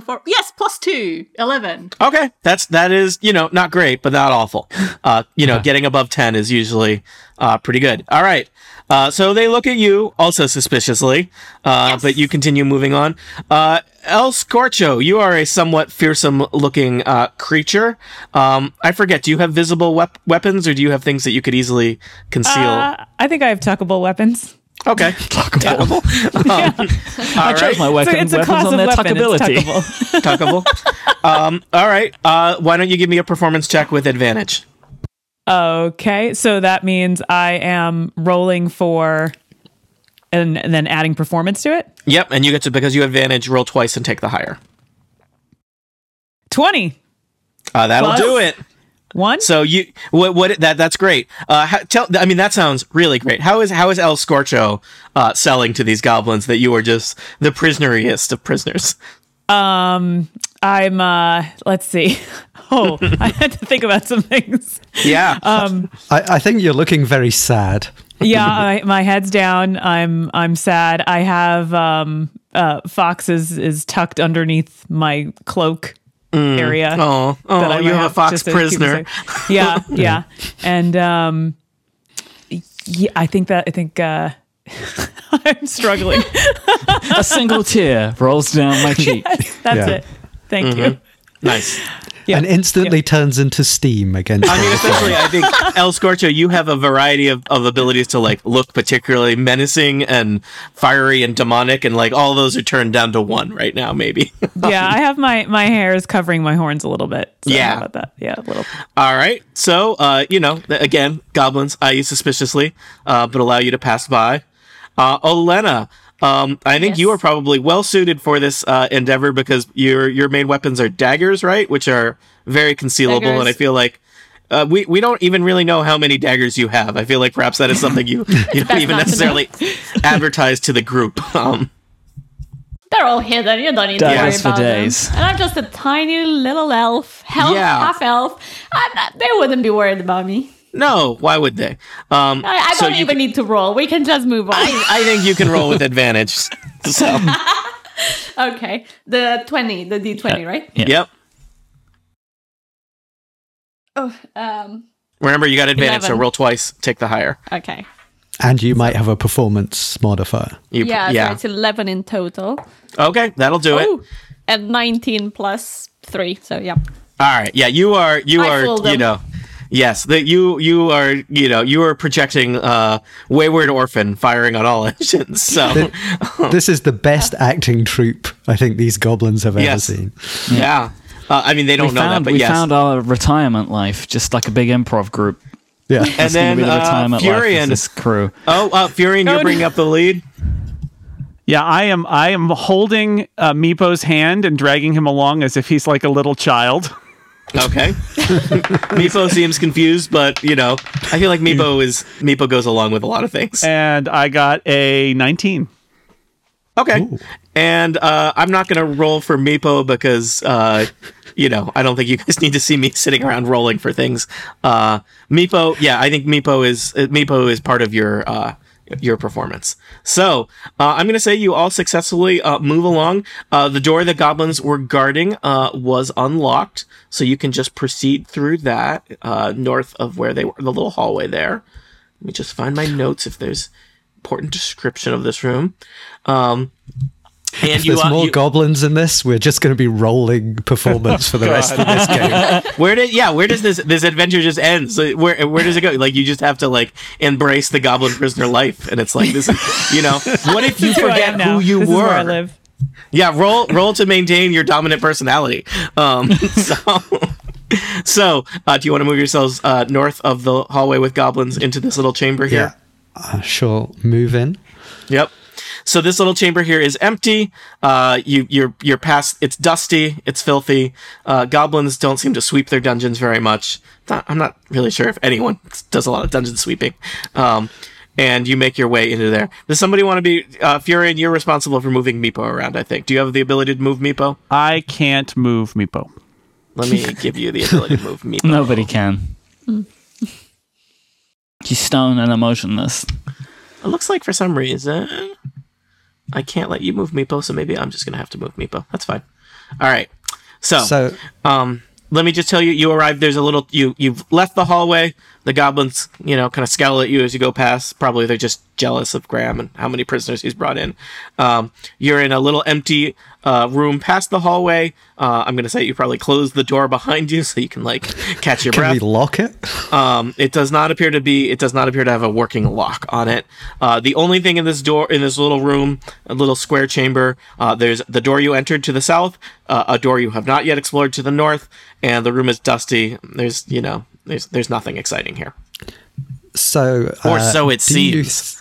Four, yes, plus two. Eleven. Okay, that's that is you know not great, but not awful. Uh, you know, getting above ten is usually uh, pretty good. All right, uh, so they look at you also suspiciously, uh, but you continue moving on. Uh, El Scorcho, you are a somewhat fearsome-looking uh, creature. Um, I forget. Do you have visible wep- weapons, or do you have things that you could easily conceal? Uh, I think I have tuckable weapons. okay, tuckable. Um, all I chose right. my So weapon. it's a weapons class on of their weapon. It's tuckability. tuckable. tuckable. um, all right. Uh, why don't you give me a performance check with advantage? okay, so that means I am rolling for, and, and then adding performance to it. Yep, and you get to because you have advantage, roll twice and take the higher. Twenty Uh, that'll Plus- do it. one. So you what what that that's great. Uh, how, tell I mean that sounds really great. How is how is El Scorcho uh, selling to these goblins that you are just the prisoneriest of prisoners? Um, I'm. uh Let's see. Oh, I had to think about some things. Yeah. Um, I, I think you're looking very sad. yeah, I, my head's down. I'm. I'm sad. I have. Um, uh, Fox is is tucked underneath my cloak Mm. area. oh, that I oh, might you have a fox just to keep it prisoner. safe. yeah, yeah, and um, yeah, I think that I think uh, I'm struggling. a single tear rolls down my cheek. That's Yeah. it. Thank you. Mm-hmm. Nice. Yeah. and instantly turns into steam against. I mean, essentially, I think El Scorcho, you have a variety of, of abilities to like look particularly menacing and fiery and demonic, and like all those are turned down to one right now, maybe. Yeah, I have my my hair is covering my horns a little bit. So Yeah. how about that. Yeah, a little. All right. So, uh, you know, th- again, goblins eye you suspiciously, uh, but allow you to pass by. Uh, Olena, um, I think you are probably well suited for this uh, endeavor because your your main weapons are daggers, right? Which are very concealable, and I Daggers. feel like. Uh, we we don't even really know how many daggers you have. I feel like perhaps that is something you, you don't even not to necessarily advertise to the group. Um, They're all hidden. You don't need to worry Daggers for about days. them. And I'm just a tiny little elf, half, Yeah. half elf. I'm not- they wouldn't be worried about me. no, why would they? Um, I, I so don't you even need to roll. We can just move on. I think you can roll with advantage. So, okay, the twenty, the D twenty, right? Yeah. yep. Oh, um, Remember, you got advantage, so Eleven. roll twice, take the higher. okay. and you might have a performance modifier. You, Yeah, so it's eleven in total. okay, that'll do it. Ooh, and nineteen plus three. So yeah, All right. Yeah, you are. You I are. fooled You them. know. Yes, that you you are you know you are projecting uh, wayward orphan firing on all engines. So This is the best acting troupe I think these goblins have ever Yes. seen. yeah, Uh, I mean, they don't we know found, that, but we yes. found our retirement life, just like a big improv group. Yeah. and It's gonna then be the uh, retirement life of Furion. this crew. oh, uh, Furion, you're bringing up the lead. Yeah, I am. I am holding uh, Meepo's hand and dragging him along as if he's like a little child. Okay. Meepo seems confused, but you know, I feel like Meepo is Meepo goes along with a lot of things. And I got a 19. Okay. And uh, I'm not going to roll for Meepo because, uh, you know, I don't think you guys need to see me sitting around rolling for things. Uh, Meepo, yeah, I think Meepo is uh, Meepo is part of your uh, your performance. So uh, I'm going to say you all successfully uh, move along. Uh, the door the goblins were guarding uh, was unlocked, so you can just proceed through that uh, north of where they were, the little hallway there. Let me just find my notes if there's important description of this room. Um, and If you, there's uh, more you- goblins in this, we're just going to be rolling performance for the rest of this game. where did yeah? Where does this this adventure just end? So where where does it go? Like you just have to like embrace the goblin prisoner life, and it's like this. is- You know, what if you Who I am forget who now. you This is were? where I live. Yeah, roll roll to maintain your dominant personality. Um, so, so uh, do you want to move yourselves uh, north of the hallway with goblins into this little chamber here? Yeah. Uh, sure. Move in. Yep. So this little chamber here is empty. Uh, you you're you're past. It's dusty. It's filthy. Uh, goblins don't seem to sweep their dungeons very much. Not- I'm not really sure if anyone does a lot of dungeon sweeping. Um, and you make your way into there. Does somebody want to be uh, Furion? You're responsible for moving Meepo around. I think. Do you have the ability to move Meepo? I can't move Meepo. Let me give you the ability to move Meepo. Nobody can. He's stone and emotionless. It looks like for some reason I can't let you move Meepo, so maybe I'm just gonna have to move Meepo. That's fine. All right. So, um let me just tell you you arrived there's a little you you've left the hallway the goblins you know kind of scowl at you as you go past probably they're just jealous of graham and how many prisoners he's brought in um you're in a little empty uh room past the hallway uh i'm gonna say you probably close the door behind you so you can like catch your can breath we lock it? um, it does not appear to be. It does not appear to have a working lock on it. Uh, the only thing in this door, in this little room, a little square chamber, uh, there's the door you entered to the south, uh, a door you have not yet explored to the north, and the room is dusty. There's, you know, there's there's nothing exciting here. So, Or uh, so it do you seems.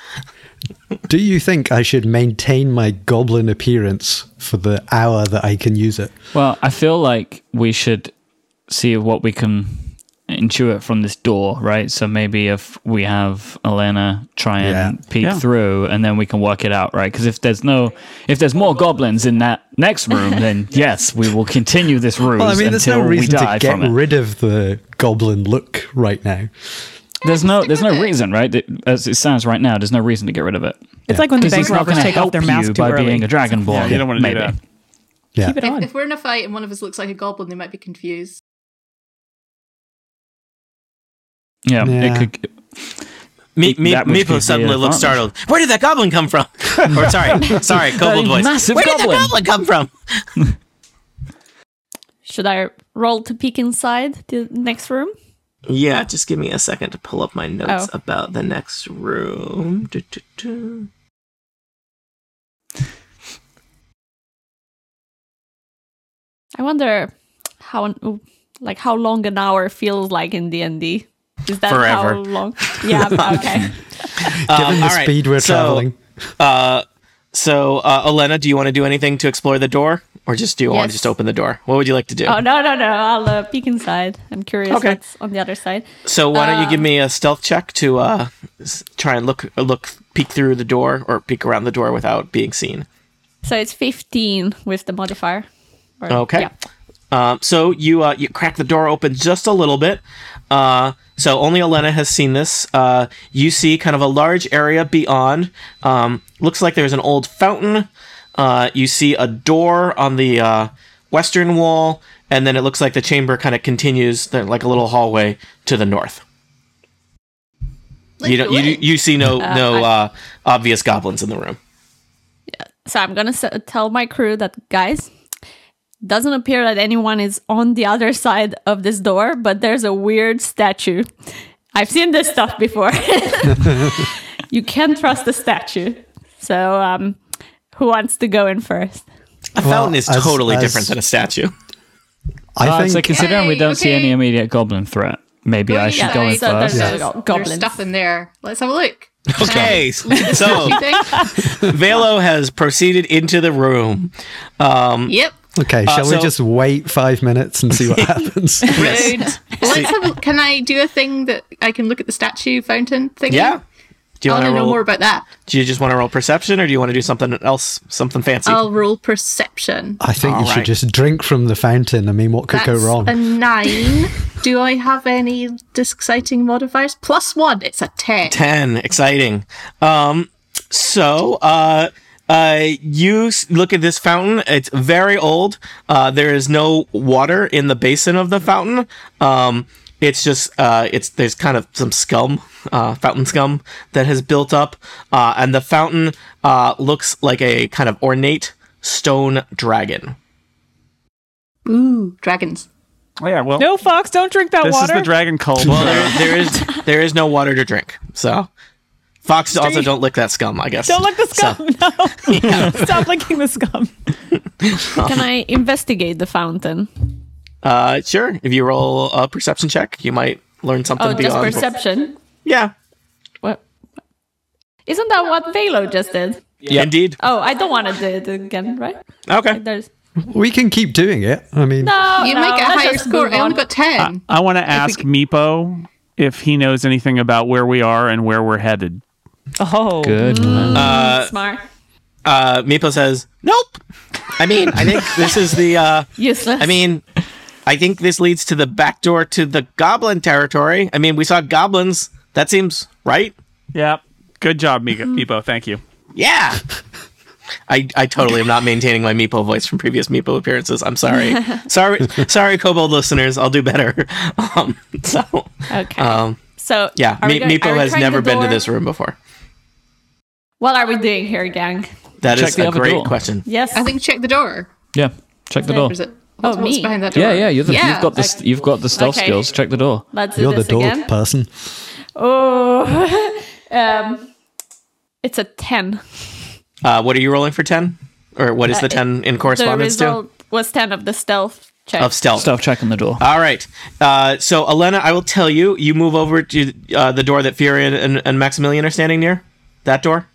th- do you think I should maintain my goblin appearance for the hour that I can use it? Well, I feel like we should see what we can intuit from this door, right? So maybe if we have Elena try and Yeah. peek Yeah. through, and then we can work it out, right? Because if there's no, if there's more goblins in that next room, then yes, we will continue this ruse Well, I mean, there's until no reason we die to get from it. rid of the goblin look right now. there's no, there's no reason, right? It- As it sounds right now, there's no reason to get rid of it. It's like when the Because bank it's not robbers going to take off help their you mask too by early. being a dragonborn. Yeah, you don't wanna do maybe. that. Yeah. Keep it If, on. if we're in a fight and one of us looks like a goblin, they might be confused. Yeah, Yeah. it could. Me, me, That would be Meepo the suddenly looks startled. advantage. Where did that goblin come from? or sorry, sorry, kobold voice. massive Where did goblin." that goblin come from? Should I roll to peek inside the next room? Yeah, just give me a second to pull up my notes Oh. about the next room. Du- du- du. I wonder how an, like how long an hour feels like in D and D. Is that Forever. how long? Yeah. Okay. Um, Given the all right, speed we're so- traveling, Uh, so, uh, Elena, do you want to do anything to explore the door, or just do you want to Yes. just open the door? What would you like to do? oh no no no! I'll uh, peek inside. I'm curious Okay. what's on the other side. so, why don't you give me a stealth check to uh, s- try and look, look, peek through the door or peek around the door without being seen? So it's 15 with the modifier. Or- Okay. yeah. Um, so you uh, you crack the door open just a little bit. Uh, so only Elena has seen this. Uh, you see kind of a large area beyond. Um, looks like there's an old fountain. Uh, you see a door on the uh, western wall, and then it looks like the chamber kind of continues there, like a little hallway to the north. Let's you don't do you, it. you see no Uh, no I- uh, obvious goblins in the room. So I'm gonna s- tell my crew that guys, doesn't appear that anyone is on the other side of this door, but there's a weird statue. I've seen this stuff before. you can't trust the statue. So um, who wants to go in first? A fountain is as- totally as- different than a statue. I Uh, so think considering we Hey, don't see okay. any immediate goblin threat, maybe I Well, should yeah, go in so first. there's- There's Yes. goblins. There's stuff in there. Let's have a look. Okay, so You think? Velo has proceeded into the room. Um, yep. okay. Shall so- we just wait five minutes and see what happens? Rude. Let's have a, can I do a thing that I can look at the statue fountain thing? yeah. Do you I want to want to know roll? more about that. do you just want to roll perception, or do you want to do something else, something fancy? I'll roll perception. I think you Alright. should just drink from the fountain. I mean, what could go That's wrong? a nine. Do I have any exciting modifiers? Plus one. It's a ten. 10 exciting um so uh uh, you s- look at this fountain. It's very old. Uh, there is no water in the basin of the fountain. Um, it's just, uh, it's, there's kind of some scum, uh, fountain scum that has built up. Uh, and the fountain, uh, looks like a kind of ornate stone dragon. Ooh, dragons. Oh, yeah, well, No, Fox, don't drink that this water. is the dragon cult. Well, there, there is, there is no water to drink. So, Fox also don't lick that scum, I guess. don't lick the So- scum. No. Stop licking the scum. Can I investigate the fountain? Uh, sure. If you roll a perception check, you might learn something Oh, just beyond. perception. yeah. What? Isn't that what Velo just did? Indeed. Oh, I don't want to do it again, right? Uh, Okay. There's we can keep doing it. I mean, no. You Oh, no, might get a let's higher just score. move I only on. got ten. I want to ask Meepo if he knows anything about where we are and where we're headed. Oh, Good. Mm. Uh, man. smart, Uh, Meepo says, "Nope." I mean, I think this is the. Uh, useless. I mean, I think this leads to the back door to the goblin territory. I mean, we saw goblins. That seems right. Yep. Good job, Meepo. Hmm. Meepo. Thank you. Yeah. I, I totally am not maintaining my Meepo voice from previous Meepo appearances. I'm sorry. sorry, sorry, Kobold listeners. I'll do better. Um, so, okay. um, so yeah, are we Me- go- Meepo are we has trying never the been to door? this room before. What are we doing here, gang? That is Check the a other great door. question. Yes. I think check the door. Yeah. Check the door. Or is it? What's, what's me. behind that door? Yeah, yeah. You're the, yeah. You've got the s- you've got the stealth Okay. skills. Check the door. Let's do you're the this door again. person. Oh, um, it's a ten. Uh, what are you rolling for 10? Or what is the 10 in Uh, The correspondence to? result was ten of the stealth check. Of stealth. Stealth check on the door. All right. Uh, so, Elena, I will tell you, you move over to uh, the door that Fury and, and, and Maximilian are standing near. That door?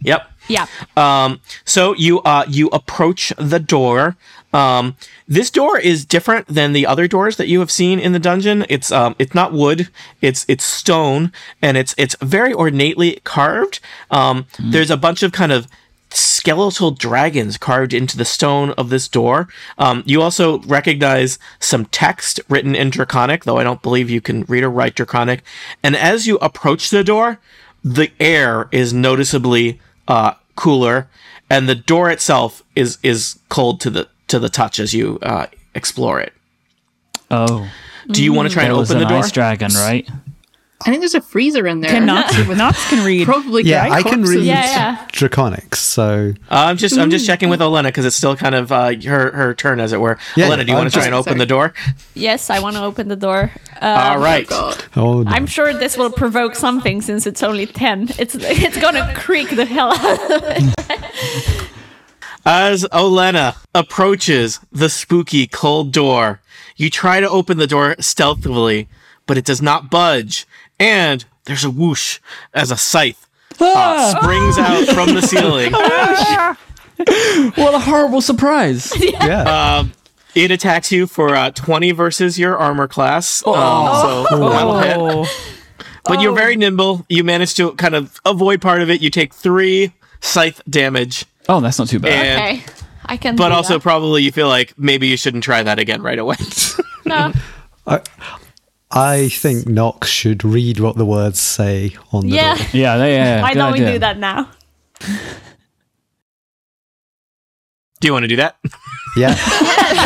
Yep. yeah. Um, so you uh, you approach the door. Um, this door is different than the other doors that you have seen in the dungeon. It's um, it's not wood. It's it's stone, and it's it's very ornately carved. Um, There's a bunch of kind of skeletal dragons carved into the stone of this door. Um, you also recognize some text written in Draconic, though I don't believe you can read or write Draconic. And as you approach the door, the air is noticeably uh, cooler, and the door itself is is cold to the to the touch as you uh, explore it. Oh, Do you want to try and there was Uh, open an the door? ice dragon, right? I think there's a freezer in there. Can Knox, Knox can read. Probably Yeah, I can read Yeah, yeah. draconics. So I'm just I'm just checking with Elena because it's still kind of uh, her her turn as it were. Yeah, Elena, do you I'm want to try and just- Um, open sorry. the door? Yes, I want to open the door. Uh, All right. God. oh, no. I'm sure this will provoke something since it's only ten. It's it's gonna creak the hell out. As Olena approaches the spooky cold door, you try to open the door stealthily, but it does not budge, and there's a whoosh as a scythe Ah! uh, springs out from the ceiling. What a horrible surprise! yeah. Um, It attacks you for uh, 20 versus your armor class. Oh. so that'll hit. Oh, But you're very nimble. You manage to kind of avoid part of it. You take three scythe damage. oh, that's not too bad. And, Okay, I can. But do also, that. probably you feel like maybe you shouldn't try that again right away. no. I think Knox should read what the words say on the Yeah. door. Yeah, yeah, yeah. Why good don't we idea. do that now? do you want to do that? Yeah.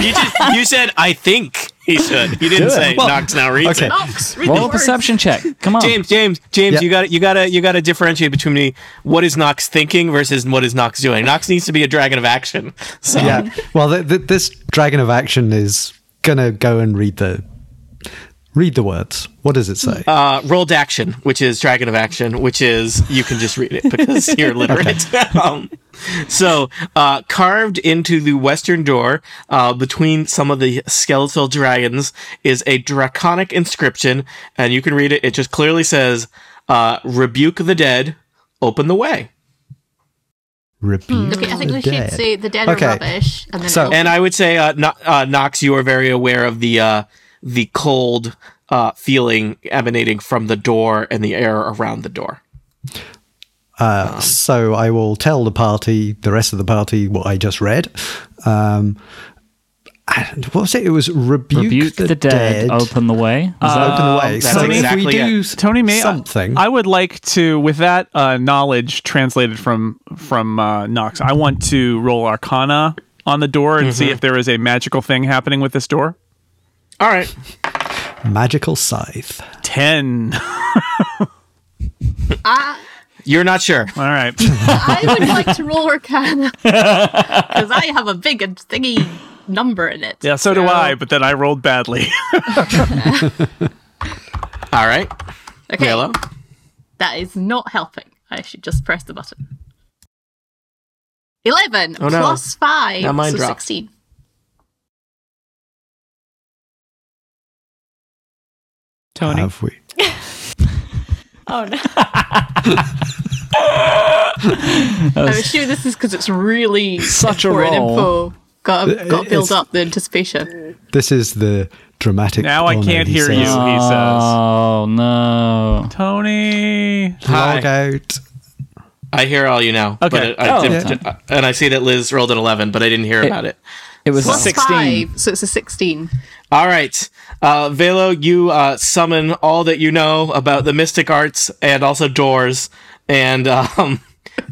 You, just, you said, I think he should. You didn't Do it. say Knox now reads Okay. Oh. it. Knox, read the Roll a words. perception check. Come on. James, James, James, Yeah. you got to you got to you got to differentiate between the- what is Knox thinking versus what is Knox doing. Knox needs to be a dragon of action. So yeah. Well, th- th- this dragon of action is gonna go and read the Read the words. What does it say? Uh, rolled action, which is Dragon of Action, which is you can just read it because you're literate. um, so, uh, carved into the western door, uh, between some of the skeletal dragons, is a draconic inscription, and you can read it. It just clearly says, uh, "Rebuke the dead, open the way." Hmm, Rebuke Okay, I think the we dead. should say the dead Okay. are rubbish, and then So- it'll- And I would say, uh, no- uh, Nox, you are very aware of the uh, the cold uh, feeling emanating from the door and the air around the door. Uh, so I will tell the party, the rest of the party, what I just read. Um, and what was it? It was rebuke, Rebuke the, dead, open the way. Is that- open the way. that's so if we exactly do Tony May, I- something, I would like to, with that uh, knowledge translated from from uh, Knox, I want to roll Arcana on the door and Mm-hmm. see if there is a magical thing happening with this door. All right. magical scythe. Ten. You're not sure. All right. I would like to roll Arcana because I have a big and thingy number in it. Yeah, so do I, but then I rolled badly. All right. Okay, Hello. that is not helping. I should just press the button. Eleven Oh, no. plus five, Now mine so dropped. sixteen. Tony. Have we? Oh no. I was sure this is because it's really Such a important roll. info. Got got to build It's- up the anticipation. This is the dramatic. Now I oh, no, can't he hear says, you, he says. Oh no. Tony. Hi. Log out. I hear all you now. Okay. But I, Oh, didn't- uh, and I see that Liz rolled an 11, but I didn't hear about it. It was Plus 16. five, so it's a sixteen. All right. Uh, Velo, you uh, summon all that you know about the mystic arts and also doors and um,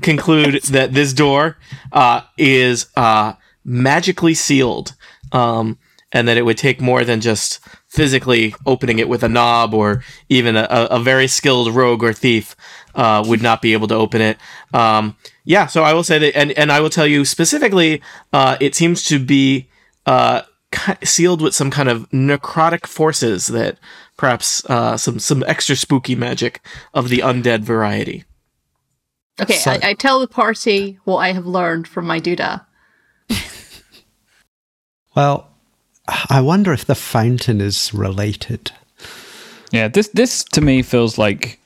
conclude that this door uh, is uh, magically sealed um, and that it would take more than just physically opening it with a knob or even a, a a very skilled rogue or thief uh, would not be able to open it. Um, yeah, so I will say that, and, and I will tell you specifically, uh, it seems to be uh, ki- sealed with some kind of necrotic forces that perhaps uh, some some extra spooky magic of the undead variety. Okay, So- I, I tell the party what I have learned from my doodah. Well, I wonder if the fountain is related. Yeah, this this to me feels like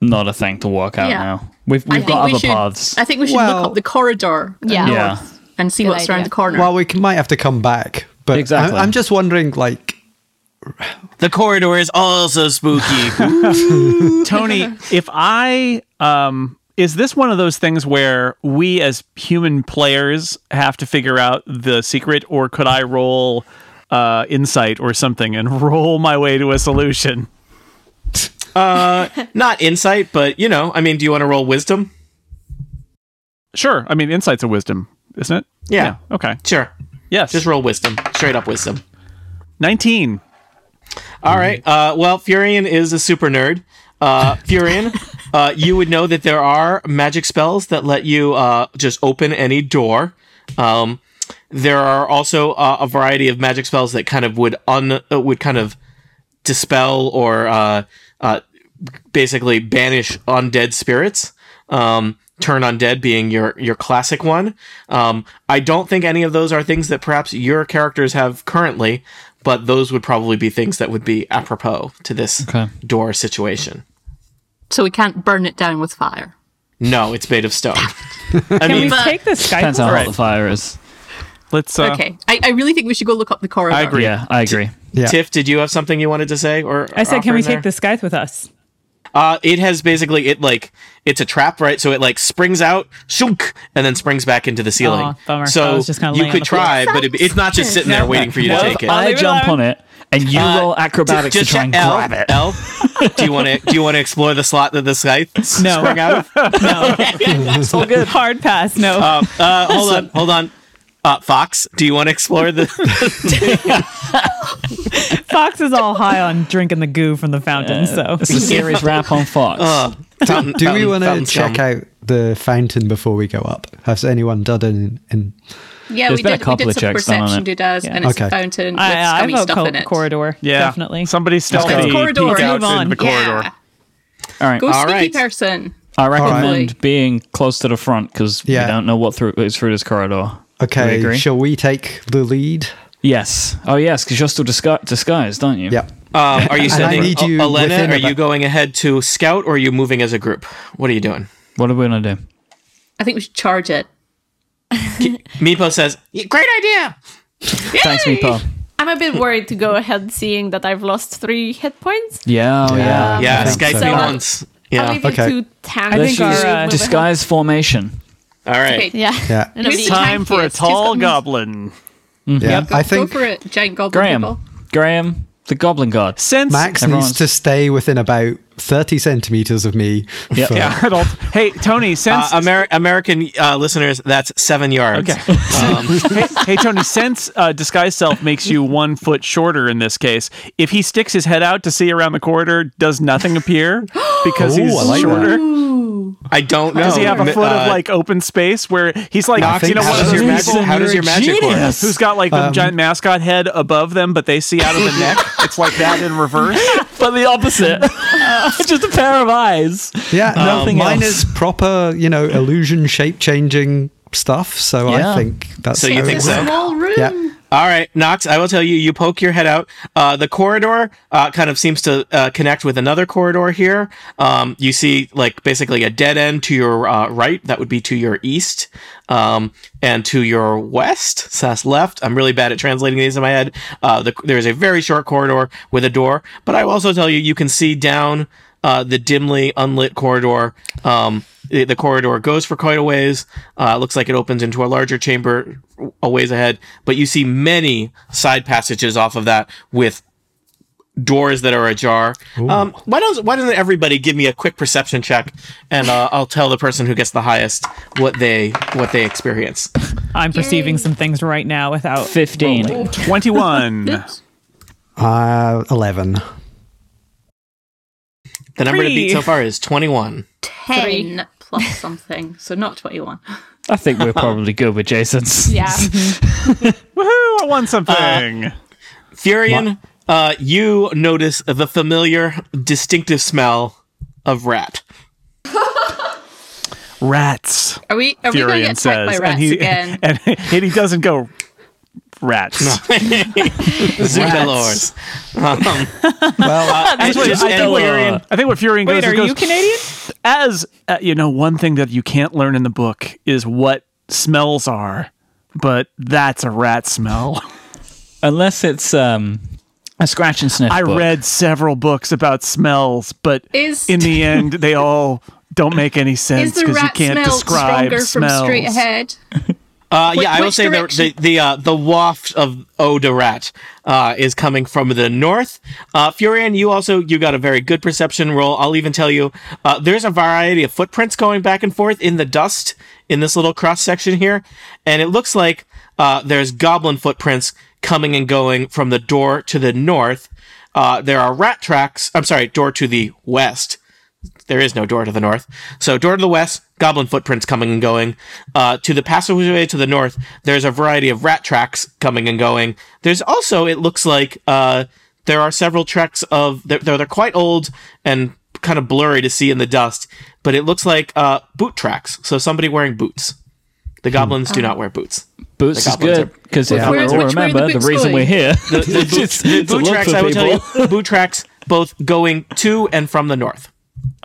not a thing to walk out Yeah. now. We've I we've got we other should. paths. I think we should Well- look up the corridor. Yeah. Yeah. and see Good what's around idea. the corner. Well, we c- might have to come back, but I- Exactly. I'm just wondering, like, The corridor is also spooky. Tony, if I um is this one of those things where we as human players have to figure out the secret or could I roll uh insight or something and roll my way to a solution? Uh, Not insight, but you know, I mean, do you want to roll wisdom? Sure. I mean insight's a wisdom, isn't it? Yeah. Okay. Sure. Yes. Just roll wisdom, straight up wisdom. 19. All right. Uh, well, Furion is a super nerd. Uh, Furion, uh, you would know that there are magic spells that let you uh, just open any door. Um, there are also uh, a variety of magic spells that kind of would un uh, would kind of dispel or uh, uh, basically banish undead spirits. Um, turn undead being your your classic one. Um, I don't think any of those are things that perhaps your characters have currently, but those would probably be things that would be apropos to this Okay. door situation. so we can't burn it down with fire. No, it's made of stone. I Can we mean, take the Skype? Depends on Right. what the fire is. Let's uh Okay, I, I really think we should go look up the corridor. I agree. Yeah, I agree. yeah, Tiff, did you have something you wanted to say? Or I said, can we the? take the Skype with us? Uh, it has basically it like it's a trap, right? So it like springs out, shunk, and then springs back into the ceiling. Aw, bummer. I So was just kinda you laying could on the floor. try, but it, it's not just sitting there waiting for you to What take if it. I leave it jump alone. on it and you Uh, roll acrobatics to just try and L, grab it. L, do you want to do you want to explore the slot that the scythe No. sprung out? of? No. That's all good. Hard pass. No. Um, uh, hold on, hold on. Uh, Fox, do you want to explore the? Fox is all high on drinking the goo from the fountain, so uh, It's a serious rap on Fox. Uh, Fountain- Do we fountain- want to fountain check scum? out the fountain before we go up? Has anyone done an, an Yeah, There's we been a did, we couple did of some checks done on perception it. doodads, and it's Okay. a fountain with I, I scummy vote stuff co- in it. corridor. Yeah, definitely. Somebody stealthy Let's go. Corridor. peek out Move on. into the corridor. Yeah. All right. Go All sneaky right. person. I recommend Alright. being close to the front because Yeah. we don't know what through is through this corridor. Do we Okay, agree? shall we take the lead? Yes. Oh, yes, because you're still disgu- disguised, aren't you? Yeah. Um, are you And I sending need you you Elena? within Are about- you going ahead to scout, or are you moving as a group? What are you doing? What are we going to do? I think we should charge it. Meepo says, "Yeah, "Great idea." Thanks, Meepo. I'm a bit worried to go ahead seeing that I've lost three hit points. Yeah, oh, yeah. Yeah, I think Skype so. me So- once. Yeah. I'll leave Okay. you to tank. Let's our, use uh, disguise formation. All right. Okay. Yeah. Yeah. And I'll Who's be- the Time for a tankiest? Who's got tall the most- goblin. Yeah. Go, I think go for it, giant goblin Graham. people. Graham, the Goblin God. Since Max Everyone's- needs to stay within about 30 centimeters of me. Yeah. for- Yeah, adult. Hey, Tony. Uh, Since Amer- American uh, listeners, that's seven yards. Okay. hey, hey, Tony, since uh, disguise self makes you one foot shorter in this case, if he sticks his head out to see around the corridor, does nothing appear because Ooh, he's I like that. shorter? I don't know. Does he have a Mi- foot uh, of like open space where he's like, I you think know, How one of does those your people magic? How does your magic work? Genius. who's got like the giant mascot head above them, but they see out of the neck. It's like that in reverse. But the opposite. Just a pair of eyes. Yeah, no, Um, Nothing mine else. is proper, you know, illusion shape changing stuff. So Yeah. I think that's So you how think it It's so? a works. small room. Yeah. All right, Knox. I will tell you. You poke your head out. Uh, the corridor uh, kind of seems to uh, connect with another corridor here. Um, you see, like basically a dead end to your uh, right. That would be to your east, um, and to your west. So that's left. I'm really bad at translating these in my head. Uh, the, there is a very short corridor with a door. But I will also tell you, you can see down uh, the dimly unlit corridor. Um, the, the corridor goes for quite a ways. Uh, it looks like it opens into a larger chamber a ways ahead, but you see many side passages off of that with doors that are ajar. Um, why doesn't Why doesn't everybody give me a quick perception check, and uh, I'll tell the person who gets the highest what they what they experience. I'm perceiving some things right now without 15. rolling. Twenty-one. Uh, 11. The number to Three. beat so far is twenty one. Ten plus something, so not twenty-one. I think we're probably good with Jason's. Yeah. Woohoo! I won Uh, something. Furion, uh, you notice the familiar, distinctive smell of rat. Rats. Are we? Are we going to Furion get attacked says, by rats and he again? and, and he doesn't go rats. Zugalors. Um, Well, Actually, Just I, think what, Furion- I think what Furion goes Wait, is are goes, you Canadian? as uh, you know, one thing that you can't learn in the book is what smells are, but that's a rat smell. Unless it's um, a scratch and sniff. I book. read several books about smells, but Is- in the end, they all don't make any sense Is the because you rat can't smell describe stronger smells. from straight ahead? Uh, yeah, I will which say the direction? the the, uh, the waft of eau de rat uh, is coming from the north. Uh, Furian, you also you got a very good perception roll. I'll even tell you, uh, there's a variety of footprints going back and forth in the dust in this little cross section here, and it looks like uh, there's goblin footprints coming and going from the door to the north. Uh, there are rat tracks. I'm sorry, door to the west there is no door to the north. So door to the west, goblin footprints coming and going. Uh, to the passageway to the north, there's a variety of rat tracks coming and going. There's also, it looks like, uh, there are several tracks of they're, they're they're quite old and kind of blurry to see in the dust, but it looks like uh, boot tracks. So somebody wearing boots. The Hmm. goblins Oh. do not wear boots. Boots The is goblins good because if we Where's- all which way are the remember, the, boots reason going? we're here The boot, is the to boot look tracks, for I will tell you, people. boot tracks both going to and from the north.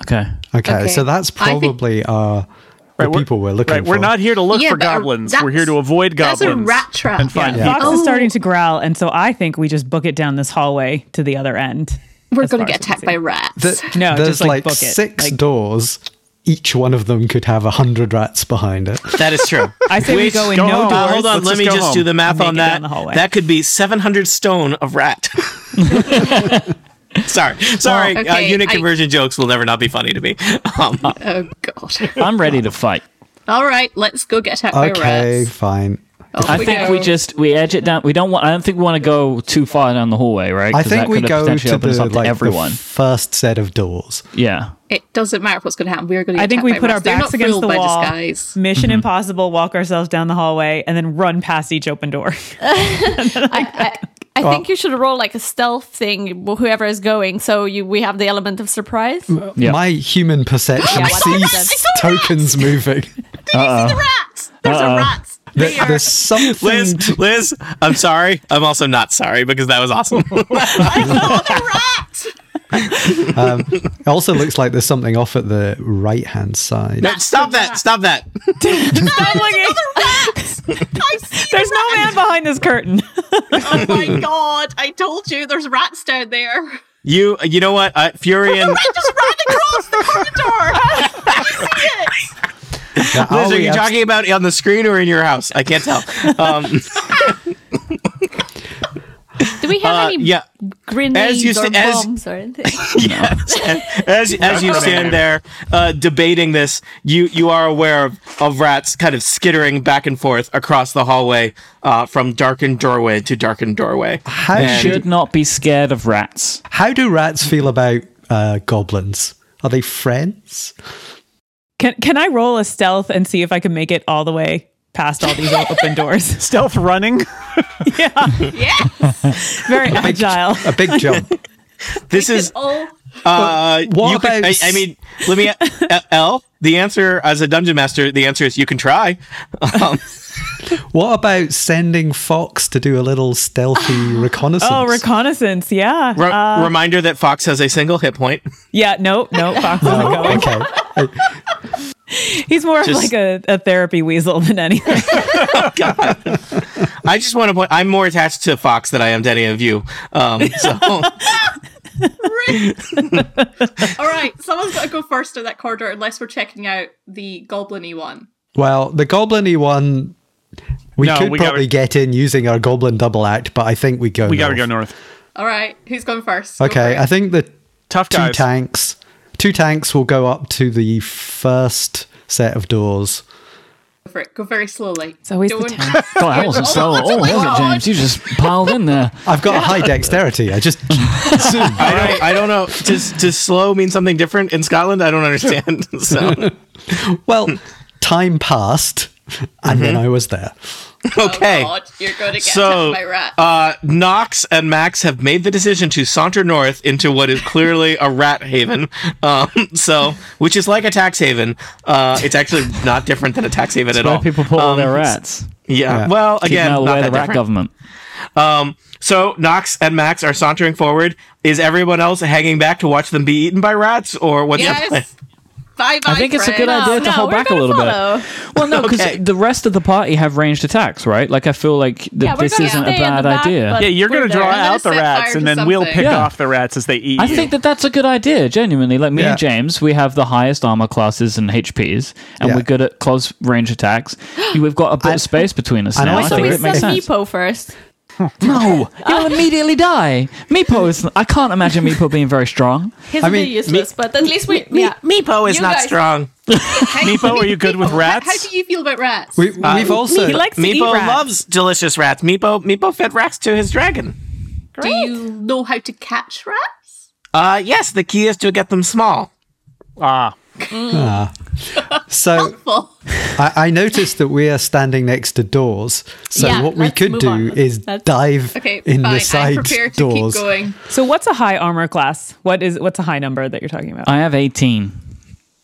Okay. okay, uh, Okay. so that's I think- probably our, the Right, we're- people we're looking Right, for. we're not here to look Yeah, for but a- goblins. We're here that's- to avoid that's a goblins. rat trap. Oh, And find Yeah. people. Fox is starting to growl, and so I think we just book it down this hallway to the other end. We're As going to far as get we attacked see. by rats. Th- No, there's just, like, book it. six Like- doors. Each one of them could have a hundred rats behind it. That is true. I say we Wait, go in go no home. Uh, doors. hold on, Let's let just me go just home. do the math Make on it that. down the hallway. that could be 700 stone of rat. sorry, sorry. Well, uh, okay, unit I- conversion jokes will never not be funny to me. Um, oh god! I'm ready to fight. All right, let's go get attacked by Okay, rats. fine. I think we just we edge it down. We don't want. I don't think we want to go too far down the hallway, right? I 'Cause that think we could go potentially to open us the up like everyone. the first set of doors. yeah, It doesn't matter what's going to happen. We are going to. I think we put our backs against the by wall. Disguise. Mission Impossible, walk ourselves down the hallway, and then run past each open door. I, I think you should roll like a stealth thing, wh- whoever is going, so you we have the element of surprise. yeah. My human perception Yeah, what sees happens? tokens moving. See the rats. There's a rats. There- They are There's something. Liz, Liz, I'm sorry. I'm also not sorry because that was awesome. rats. It also looks like there's something off at the right hand side. No, stop that. Stop that. I see There's no man behind this curtain. Oh my god! I told you, there's rats down there. You you know what? Uh, Furian, I just ran across the corridor. Now, are Oh, Liz, are we you abs- talking about on the screen or in your house? I can't tell. Um, Do we have uh, any yeah. grenades As you or st- as- bombs or anything? as as you stand there uh, debating this, you you are aware of, of rats kind of skittering back and forth across the hallway uh, from darkened doorway to darkened doorway. How And- should should not be scared of rats. How do rats feel about uh, goblins? Are they friends? Can can I roll a stealth and see if I can make it all the way past all these open doors? Stealth running. Very agile. A big jump. This is Oh, uh, What you could- about I, s- I mean, let me uh, L. The answer as a dungeon master, the answer is you can try. Um, what about sending Fox to do a little stealthy reconnaissance? Oh, reconnaissance. Yeah. re- Uh, reminder that Fox has a single hit point. yeah. No. No. Fox isn't Oh, going. okay. He's more Just- of like a, a therapy weasel than anything. I just want to point. I'm more attached to Fox than I am to any of you. Um, so All right, someone's got to go first in that corridor, unless we're checking out the goblin-y one. Well, the goblin-y one, we No, could we gotta- probably get in using our goblin double act, but I think we go. We gotta north. go north. All right, who's going first? Go for Okay, it. I think the Tough two guys. tanks, two tanks will go up to the first set of doors. go for it. Go very slowly. It's always the time. God, that wasn't so. Oh, was it, James? You just piled in there. I've got a high dexterity. I just zoom. I don't. I don't know. Does does slow mean something different in Scotland? I don't understand. So Well, time passed, and Mm-hmm. then I was there. Oh, okay. Oh you're going to get so attacked by rats. uh, Knox and Max have made the decision to saunter north into what is clearly a rat haven. Um, so, which is like a tax haven. Uh, it's actually not different than a tax haven at Where all. people pull all Um, their rats. Yeah. Yeah. Well, Keep again, them out of the not way of the that rat different. government. So Knox and Max are sauntering forward. Is everyone else hanging back to watch them be eaten by rats, or what's the plan? yes. Bye bye. I think it's a good idea to no, hold we're back a gonna little follow. bit. Well, no, because Okay. the rest of the party have ranged attacks, right? Like, I feel like th- Yeah, we're this gonna isn't a stay in the bad back, idea. but- Yeah, you're gonna We're there. draw I'm gonna out the set rats, fire and to then we'll something. pick Yeah. off the rats as they eat. I you. think that that's a good idea, genuinely. Like me Yeah. and James, we have the highest armor classes and HPs, and Yeah. we're good at close range attacks. We've got a bit of space between us and now. I also So think we it makes send sense. Meepo first. No, you'll immediately die. Meepo is. I can't imagine Meepo being very strong. He's I a bit mean, useless, but at least we. yeah. Meepo is You not guys- strong. Meepo, are you good with How, rats? how do you feel about rats? We, we've also Uh, He likes to eat Meepo rats. loves delicious rats. Meepo Meepo fed rats to his dragon. Do you know how to catch rats? Uh yes, the key is to get them small. ah, so Well, I, I noticed that we are standing next to doors. So Yeah, what we let's could move do on. is Let's- dive okay, fine. in the I'm side prepared doors. to keep going. so what's a high armor class? What is what's a high number that you're talking about? I have 18.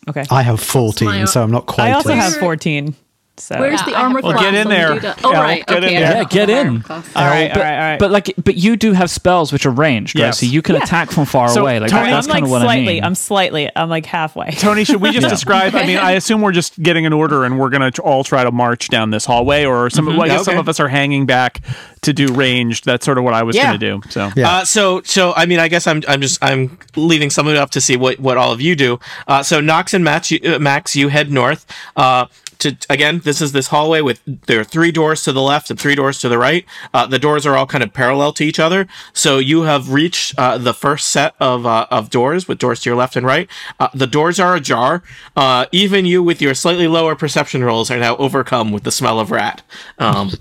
Okay. I have fourteen, so I'm not quite. I also as- have 14. So Where's the I have armor one. class? Get in when you there, do that? Oh, Elle, right. get in okay. there. I Yeah, don't get have in. armor class. all right, all right, all right. But like, but you do have spells which are ranged, right? Yes. So you can attack from far So, away. Like Tony, that's I'm like kind of what slightly, I mean. I'm slightly, I'm like halfway. Tony, should we just describe? I mean, I assume we're just getting an order, and we're gonna tr- all try to march down this hallway, or some. Well, I guess some Okay. of us are hanging back to do ranged. That's sort of what I was Yeah. gonna do. So Yeah. Uh, so so I mean I guess I'm I'm just I'm leaving some of it up to see what what all of you do. Uh, so Knox and Max you, uh, Max you head north uh, to again, this is this hallway with there are three doors to the left and three doors to the right. Uh, the doors are all kind of parallel to each other, so you have reached uh, the first set of uh, of doors with doors to your left and right. Uh, the doors are ajar. Uh, even you, with your slightly lower perception rolls, are now overcome with the smell of rat. Um,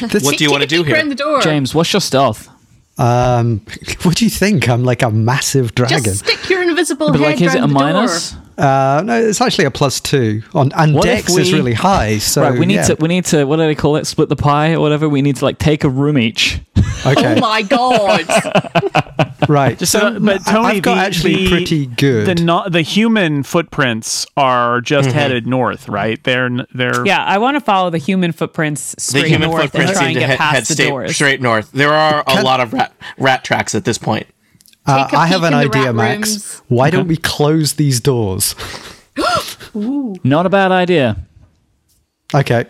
This- what do you want to do here? Around the door. James, what's your stealth? Um, what do you think? I'm like a massive dragon. Just stick your invisible But head like, is it round a the minus? door. Uh, no, it's actually a plus two on, and What if Dex is we- really high. So right, we need yeah. to we need to what do they call it? Split the pie or whatever. We need to like take a room each. Okay, Uh, Oh my god! right. Just so, but I- Tony, I've got the- actually the- pretty good. Mm-hmm. The no, the human footprints are just headed north, right? They're n- they're Yeah, I want to follow the human footprints the straight human north footprints and try seem and to get head, past head the straight, doors. straight north. There are a lot of rat rat tracks at this point. Uh, Take a I have peek an in the idea, rat Max. rooms. Why don't we close these doors? Not a bad idea. Okay.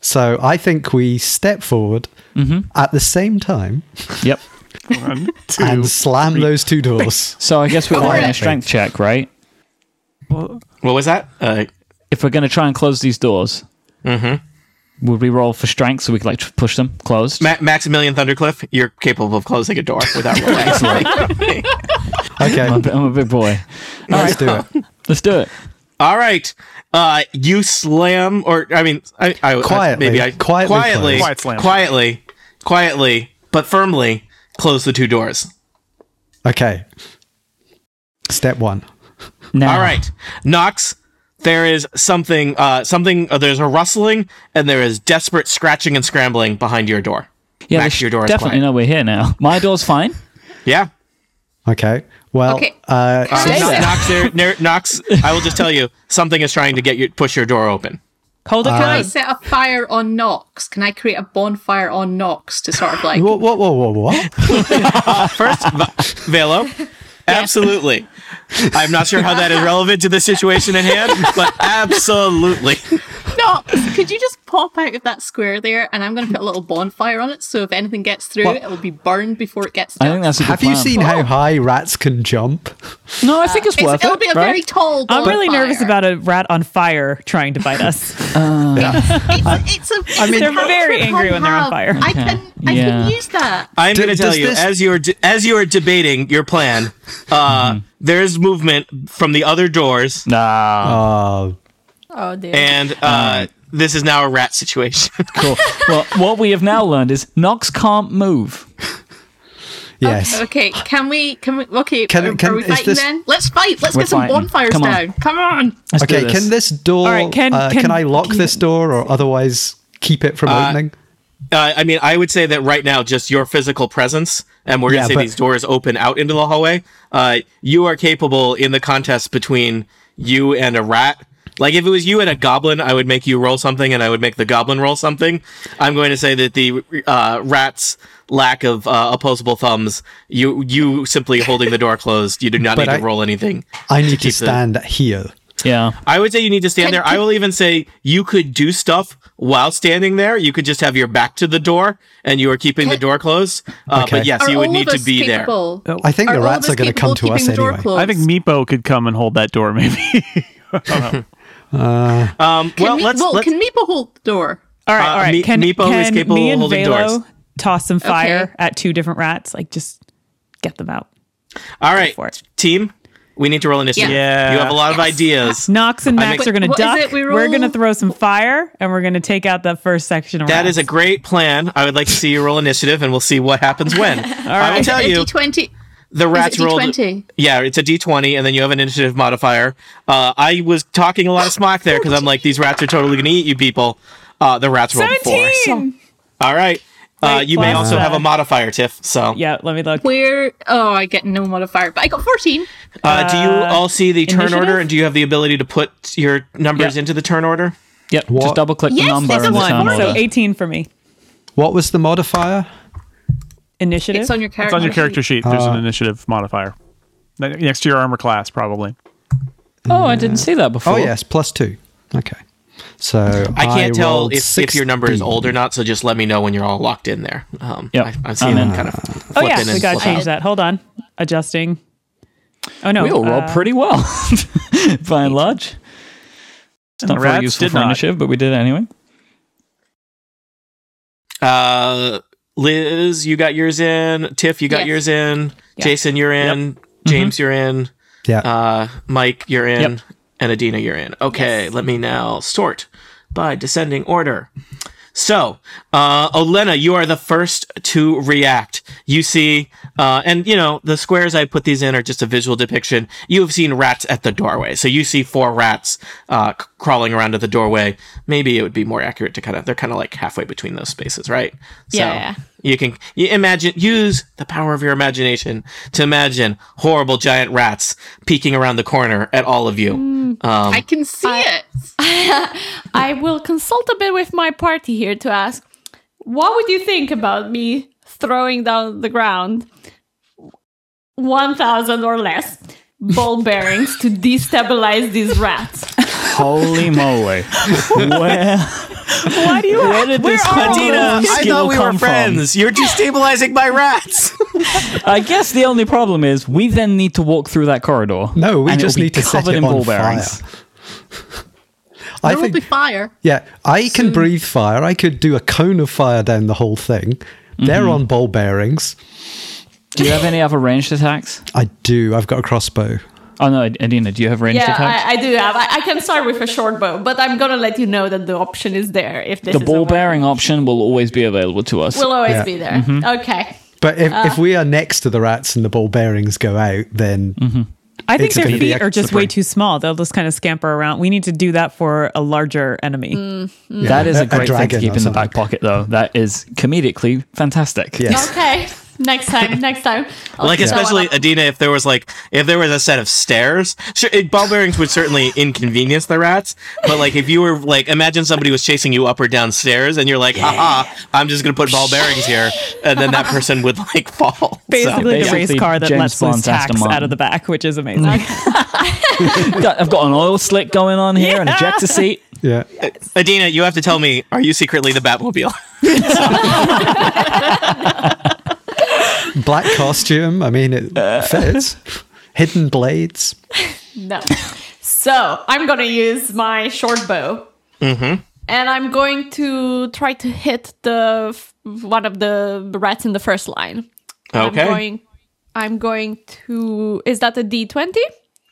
So I think we step forward at the same time Yep. one, two. and slam those two doors. So I guess we're rolling it. a strength check, right? What was that? Uh, If we're going to try and close these doors, would we roll for strength so we could like tr- push them closed? Ma- Maximilian Thundercliff, you're capable of closing a door without rolling. Okay, I'm, a, I'm a big boy. let's do it. Let's do it. All right. Uh, you slam, or I mean, I, I I- Quietly. maybe I Quietly quietly, close. Quiet slam. quietly, quietly, but firmly close the two doors. Okay. Step one. Now, Ah. All right, Knox. There is something, uh, something. Uh, there's a rustling, and there is desperate scratching and scrambling behind your door. Yeah, Max, they your door is definitely quiet. know we're here now. My door's fine. Yeah. Okay. Well, Okay. uh, Can I Knox, say- Knox, there, there- Knox, I will just tell you something is trying to get you push your door open. Hold it Can I close. set a fire on Knox? Can I create a bonfire on Knox to sort of like whoa, whoa, whoa, whoa, what? First, V- Velo, absolutely. I'm not sure how that is relevant to the situation at hand, but absolutely. Knox? Could you just pop out of that square there? And I'm going to put a little bonfire on it, so if anything gets through, Well- it will be burned before it gets. I to think that's us. a good Have you plan. seen how high rats can jump? No, I think it's, It's- worth it'll it. be a right? very tall. I'm really bonfire. nervous about a rat on fire trying to bite us. It's, it's a, it's mean- a They're very character angry when they're on I fire. have. I can I Yeah. can use that. I'm Do- going to tell does you this- as you are de- as you are debating your plan. Mm-hmm. Uh, There's movement from the other doors, Nah, Oh dear. and uh, this is now a rat situation. cool. well, what we have now learned is Knox can't move. Yes. Okay, can we? Can we? Okay, Can- are, can- are we is fighting this- then? Let's fight. Let's We're get some fighting. bonfires Come on. down. Come on. Let's do Okay, this. can this door? All right, can- uh, can- can I lock this door or otherwise keep it from opening? Uh, I mean, I would say that right now, just your physical presence, and we're Yeah, gonna say but- these doors open out into the hallway. Uh, you are capable in the contest between you and a rat. Like if it was you and a goblin, I would make you roll something, and I would make the goblin roll something. I'm going to say that the uh, rat's lack of uh, opposable thumbs, you you simply holding the door closed, you do not But need I- to roll anything. I need to keep the- stand here. yeah. I would say you need to stand Can- there. I will even say you could do stuff while standing there. You could just have your back to the door and you are keeping the door closed. Uh, Okay. But yes, Are you would all need to of us be there. capable? I think the all rats of are going to capable come of to us keeping the door anyway. closed? I think Meepo could come and hold that door, maybe. Um, well, Can me- let's, well, let's can Meepo hold the door? All right, Uh, all right. Mi- can Meepo is can capable me of and holding Velo doors. toss some fire Okay. at two different rats? Like just get them out. all right, for it. team. We need to roll initiative. Yeah. you have a lot of ideas. Knox and I Max make- are going to What is duck. it? We are going to roll- throw some fire and we're going to take out that first section of That rats. is a great plan. I would like to see you roll initiative, and we'll see what happens when. I will Is tell it a Uh, you, D20? the rats Is it rolled. D20? Yeah, it's a D20, and then you have an initiative modifier. Uh, I was talking a lot of smack there because I'm like, these rats are totally going to eat you people. Uh, the rats rolled a four. so- 17. All right. Uh, Wait, you may plus, also uh, have a modifier, Tiff. So, Yeah, let me look. Where? Oh, I get no modifier, but I got 14. uh, do you all see the turn initiative? order, and do you have the ability to put your numbers Yeah. into the turn order? Yep. What? Just double click Yes, the number there's and a the turn one. order. So 18 for me. What was the modifier? Initiative. It's on your it's character. on your character sheet. There's Uh. an initiative modifier Ne- next to your armor class, probably. oh, I didn't see that before. Oh yes, plus two. Okay. So I can't tell rolled if, if your number is 16. old or not, so just let me know when you're all locked in there. Um, Yep. I, I've seen I'm them in. kind of flip oh, yeah. in We and got flip to out. change that. Hold on. Adjusting. Oh, no. We all roll uh, pretty well, by and large. It's not Rats very useful did for not. initiative, but we did it anyway. Uh, Liz, you got yours in. Tiff, you got Yes. yours in. Yeah. Jason, you're in. James, you're in. Yeah. Uh, Mike, you're in. And Adina, you're in. Okay, let me now sort by descending order. So, uh, Olena, you are the first to react. You see, uh, and you know, the squares I put these in are just a visual depiction. You have seen rats at the doorway. So you see four rats, uh, c- crawling around at the doorway. Maybe it would be more accurate to kind of, they're kind of like halfway between those spaces, right? So Yeah. you can you imagine, use the power of your imagination to imagine horrible giant rats peeking around the corner at all of you. I can see it. I will consult a bit with my party here to ask, what would you think about me throwing down the ground 1,000 or less ball bearings to destabilize these rats? Holy moly! Where? Why do you Where did this Adina, particular I skill thought we come were friends. You're destabilizing my rats. From? I guess the only problem is we then need to walk through that corridor. No, we and it'll just be need to set covered it in on ball fire. bearings. I There will be think, fire. yeah, I can breathe fire. I could do a cone of fire down the whole thing. Mm-hmm. They're on ball bearings. Do you have any other ranged attacks? I do. I've got a crossbow. Oh no, Adina, do you have ranged yeah, attacks? I, I do have. I, I can start with a short bow, but I'm going to let you know that the option is there if this the is ball a- bearing option will always be available to us. will always Yeah. be there. Mm-hmm. Okay. But if, Ah. if we are next to the rats and the ball bearings go out, then Mm-hmm. I think It's their gonna be feet are just slippery. way too small. They'll just kind of scamper around. We need to do that for a larger enemy. yeah, that is a great thing to dragon keep or in the something. back pocket, though. That is comedically fantastic. Yeah. Okay. next time. Next time. uh, I'll like do that one especially up. Adina, if there was like if there was a set of stairs, sure, it, ball bearings would certainly inconvenience the rats. But like if you were like imagine somebody was chasing you up or down stairs, and you're like, haha, I'm just gonna put ball bearings here, and then that person would like fall. So, Basically, the basically, race car that James lets Bond's loose Aston tacks Martin. out of the back, which is amazing. Got- I've got an oil slick going on here, an ejector seat. Yeah. Adina, you have to tell me, are you secretly the Batmobile? Black costume. I mean, it Uh. fits. Hidden blades. No. So I'm gonna use my short bow. Mm-hmm. And I'm going to try to hit the f- one of the rats in the first line. I'm Okay, going. I'm going to. Is that a D twenty?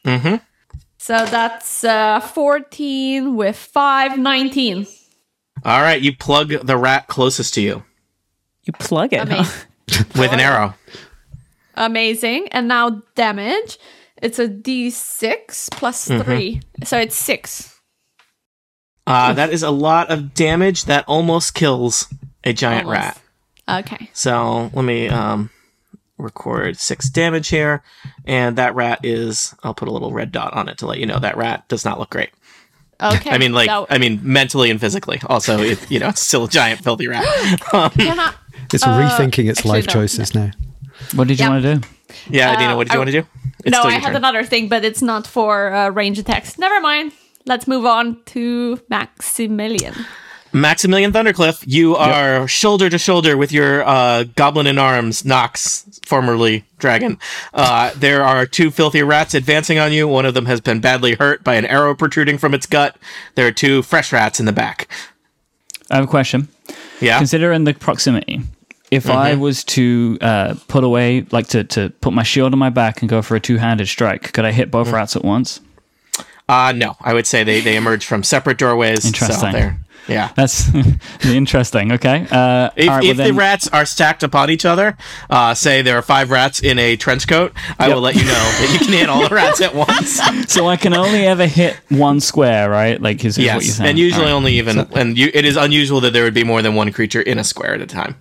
Mm-hmm. So that's uh, 14 with 5, 19. all right, you plug the rat closest to you You plug it. Amazing. huh? with an arrow. Amazing. And now damage. It's a D6 plus Mm-hmm. 3. So it's 6. Uh, that is a lot of damage that almost kills a giant Almost. rat. Okay. So let me um, record six damage here, and that rat is. I'll put a little red dot on it to let you know that rat does not look great. Okay. I mean, like, Now, I mean, mentally and physically. Also, it, you know, it's still a giant filthy rat. Um, can I- Uh, It's rethinking its actually, life no. choices now. What did you Yeah. want to do? Yeah, Adina, what did you Uh, I- want to do? It's no, still I your had turn. another thing, but it's not for uh, range attacks. Never mind. Let's move on to Maximilian. Maximilian Thundercliff, you are shoulder to shoulder with your uh, goblin in arms, Nox, formerly dragon. Uh, there are two filthy rats advancing on you. One of them has been badly hurt by an arrow protruding from its gut. There are two fresh rats in the back. I have a question. Ah. Yeah. Considering the proximity, if I Mm-hmm. was to uh, put away, like to, to put my shield on my back and go for a two handed strike, could I hit Mm. both rats at once? Uh no, I would say they they emerge from separate doorways. So Interesting. they're- yeah. That's interesting. Okay. Uh, If, all if right, well the then- rats are stacked upon each other, uh, say there are five rats in a trench coat, I will let you know that you can hit all the rats at once. so I can only ever hit one square, right? Like, is, is what you're yes, saying. and usually All right. only even and you, it is unusual that there would be more than one creature in a square at a time.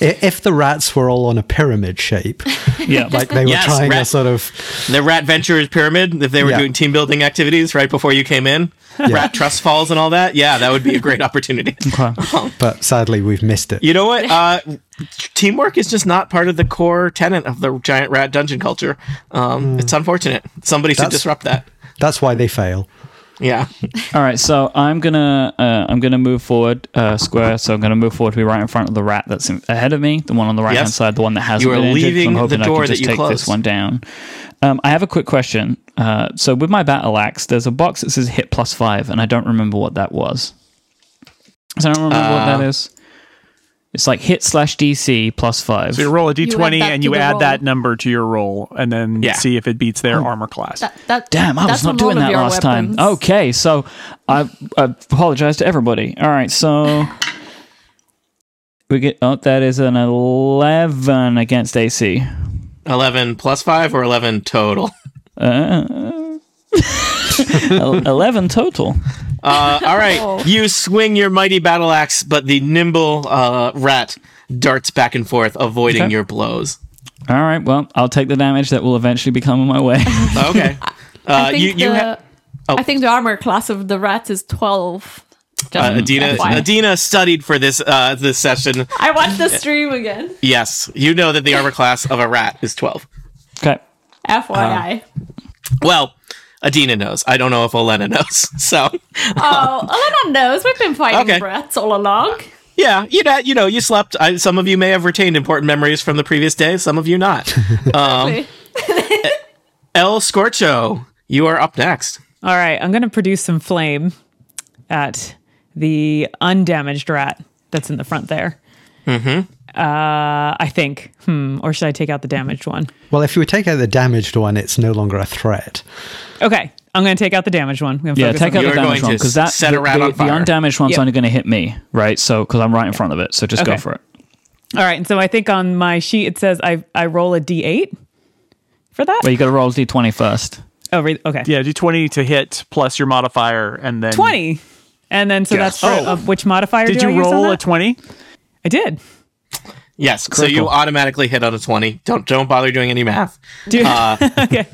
I- If the rats were all on a pyramid shape, yeah. like they were Yes, trying rat- a sort of The Rat Ventures Pyramid, if they were Yeah. doing team building activities right before you came in, Rat Trust Falls and all that, yeah, that would be a great opportunity. Okay. but sadly we've missed it. You know what? Uh, teamwork is just not part of the core tenet of the giant rat dungeon culture. Um, It's unfortunate. Somebody should That's- disrupt that. That's why they fail. Yeah. All right, so I'm gonna uh, I'm gonna move forward uh, square. So I'm gonna move forward to be right in front of the rat that's in, ahead of me, the one on the right hand Yes. side, the one that hasn't You are been injured. 'cause leaving I'm the hoping I door can just that you take closed. this one down. Um, I have a quick question. Uh, so with my battle axe, there's a box that says hit plus five, and I don't remember what that was. So I don't remember what Uh, that is. It's like hit slash DC plus five. So you roll a d20 add that and to you the add roll. that number to your roll and then Yeah. see if it beats their armor class. That, that, Damn, I was that's not on all doing of that your last weapons. time. Okay, so I, I apologize to everybody. All right, so we get oh, that is an eleven against AC. 11 plus 5 or 11 total? Uh, eleven total. Uh, all Oh. right. You swing your mighty battle axe, but the nimble uh, rat darts back and forth, avoiding Okay. your blows. All right, well, I'll take the damage that will eventually be coming my way. Okay. Uh, I think you you the, ha- oh. I think the armor class of the rat is twelve. Just uh, Adina FYI. Adina studied for this uh, this session. I watched the stream again. Yes, you know that the armor class of a rat is 12. okay. FYI. Well, Adina knows. I don't know if Olena knows. So, oh, Elena knows. We've been fighting Uh, Okay. rats all along. yeah, you know, you know, you slept. I, some of you may have retained important memories from the previous day, some of you not. Um, El Scorcho, you are up next. All right, I'm going to produce some flame at the undamaged rat that's in the front there. Mm-hmm. Uh, I think. Hmm. Or should I take out the damaged one? Well, if we take out the damaged one, it's no longer a threat. Okay, I'm going to take out the damaged one. I'm gonna Yeah, focus take on out You the are damage going one to because that set a the, rat the, on the fire. undamaged one's Yep. only going to hit me, right? So because I'm right in front of it, so just go Okay. for it. All right, and so I think on my sheet it says I I roll a d8 for that. Well, you got to roll d d20 first. Oh, re- okay. Yeah, d20 to hit plus your modifier and then 20. And then so that's for Yes. Oh. uh, which modifier Did do I you use on roll that? a 20? I did. Yes, so you Critical. automatically hit on a 20. Don't don't bother doing any math. Dude. Uh. okay.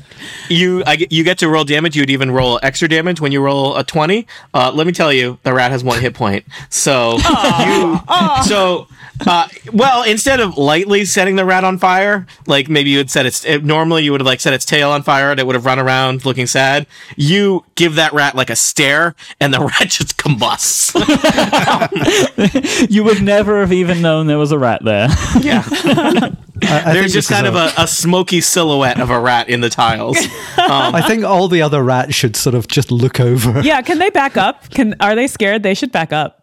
You I, get- you get to roll damage. You'd even roll extra damage when you roll a twenty. Uh, let me tell you, the rat has one hit point. So you so uh, well instead of lightly setting the rat on fire, like maybe you would set its it, normally you would have like set its tail on fire and it would have run around looking sad. You give that rat like a stare, and the rat just combusts. You would never have even known there was a rat there. yeah, I, I there's think just this is kind of a, a smoky silhouette of a rat in the tiles. I think all the other rats should sort of just look over. Yeah, can they back up? Can are they scared? They should back up.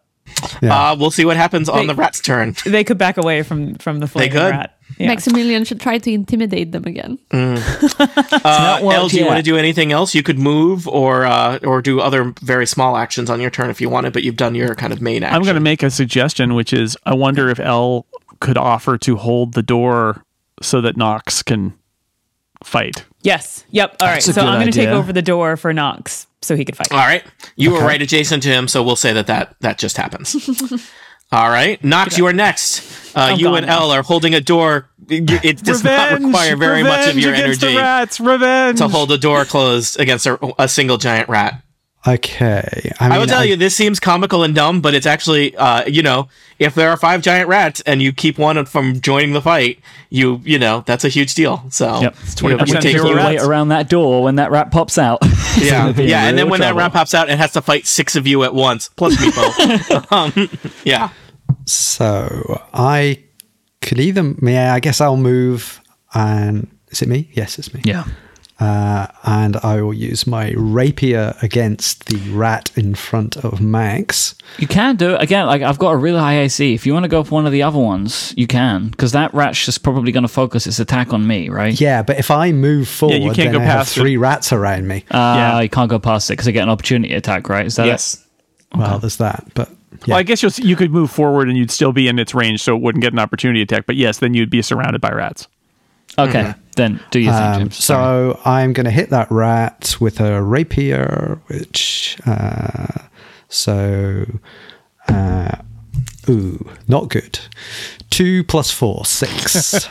Uh, we'll see what happens on the rat's turn. They could back away from from the flaming could. rat. Yeah. Maximilian should try to intimidate them again. Uh, worked L, do you yet. want to do anything else? You could move or uh, or do other very small actions on your turn if you wanted, but you've done your kind of main action. I'm going to make a suggestion, which is I wonder if L could offer to hold the door so that Nox can fight. Yes. Yep. All right. That's a So good I'm going to take idea. Oh, over the door for Knox so he could fight. All right, you were right adjacent to him, so we'll say that that, that just happens. All right, Knox, you are next. Uh, you gone and L are holding a door. It it does not require very much of revenge your against energy The rats, revenge. to hold a door closed against a, a single giant rat. Okay. I, I mean, will tell you, this seems comical and dumb, but it's actually, uh, you know, if there are five giant rats and you keep one from joining the fight, you, you know, that's a huge deal. So, Yep. you know, It's you 20% take- There were You wait rats. around that door when that rat pops out. yeah, be in yeah, and then real when that trouble. rat pops out, it has to fight six of you at once, plus me both. um, yeah, So I could either. Yeah, I guess I'll move. And is it me? Yes, it's me. yeah. Uh, and I will use my rapier against the rat in front of Max. You can do it again. Like I've got a really high AC. If you want to go for one of the other ones, you can, because that rat's just probably going to focus its attack on me, right? Yeah, but if I move forward, you can't then go I have past it. three rats around me. Uh, Yeah. You can't go past it because I get an opportunity attack, right? Is that yes. well, there's that. But yeah. Well, I guess you'll, you could move forward and you'd still be in its range, so it wouldn't get an opportunity attack. But yes, then you'd be surrounded by rats. it? Okay, Mm-hmm. then do your thing, Um, James. Sorry. so I'm going to hit that rat with a rapier, which uh, so uh, ooh, not good. Two plus four, six.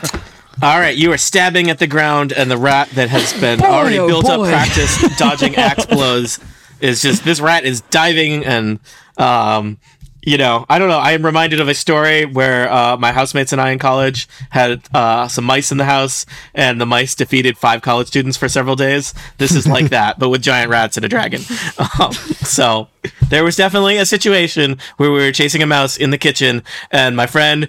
All right, you are stabbing at the ground, and the rat that has been already oh built up boy. practice dodging axe blows is just this rat is diving and um, you know I don't know. I am reminded of a story where uh, my housemates and I in college had uh, some mice in the house, and the mice defeated five college students for several days. This is like that, but with giant rats and a dragon. Um, so there was definitely a situation where we were chasing a mouse in the kitchen, and my friend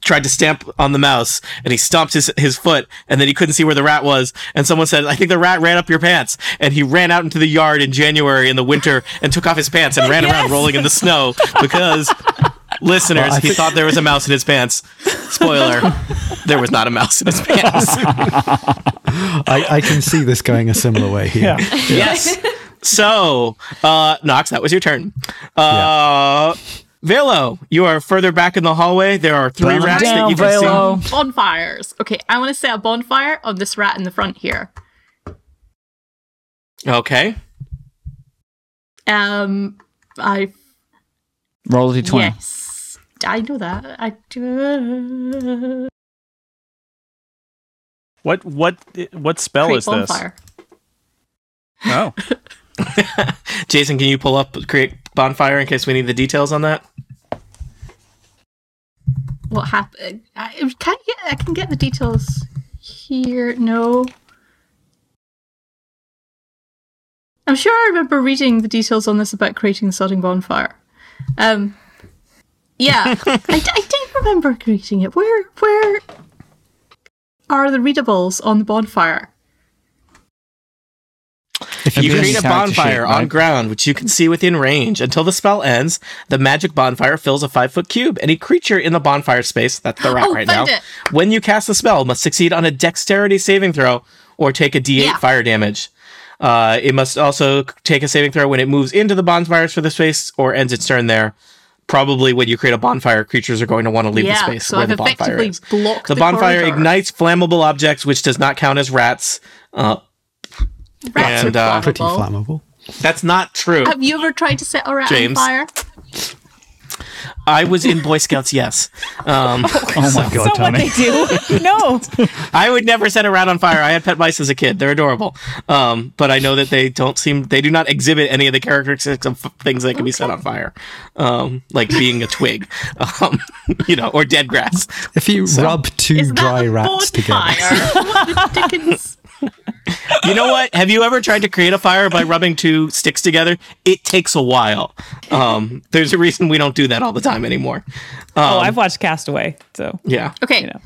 tried to stamp on the mouse and he stomped his, his foot and then he couldn't see where the rat was. And someone said, I think the rat ran up your pants. And he ran out into the yard in January in the winter and took off his pants and ran around rolling in the snow because listeners, he thought there was a mouse in his pants. Spoiler, there was not a mouse in his pants. I, I can see this going a similar way here. yes. So, uh, Knox, that was your turn. Uh, Velo, you are further back in the hallway. There are three Burn 'em rats that down, you can Velo. see. Bonfires. Okay, I want to set a bonfire on this rat in the front here. Okay. Um, I Roll a d20. yes, I know that. I do. What what what spell Create is this? Oh, Jason, can you pull up create bonfire in case we need the details on that? What happened? I can I get. I can get the details here. No. I'm sure I remember reading the details on this about creating the sodding bonfire. Um, yeah, I, I do remember creating it. Where where are the readables on the bonfire? If You do create any a character sheet, bonfire on right? ground, which you can see within range. Until the spell ends, the magic bonfire fills a five foot cube. Any creature in the bonfire space, that's the rat Oh, right now, found it. when you cast the spell, must succeed on a dexterity saving throw or take a d8 Yeah. fire damage. Uh, it must also c- take a saving throw when it moves into the bonfires for the space or ends its turn there. Probably when you create a bonfire, creatures are going to want to leave Yeah, the space so where I've the bonfire effectively is. blocked the the bonfire corridor. ignites flammable objects, which does not count as rats. Uh, Rats And, are uh, Pretty flammable. flammable. that's not true. Have you ever tried to set a rat James. on fire? I was in Boy Scouts, yes. Um, Oh my god, Not what Tommy. they Um, do. no. I would never set a rat on fire. I had pet mice as a kid. They're adorable. Um, but I know that they don't seem, they do not exhibit any of the characteristics of f- things that can be set on fire, um, like being a twig, um, you know, or dead grass. If you rub two Is that dry a rats together, bonfire? what the dickens? You know what? Have you ever tried to create a fire by rubbing two sticks together? It takes a while. Um, there's a reason we don't do that all the time anymore. oh, I've watched Castaway, so Yeah. Okay, you know.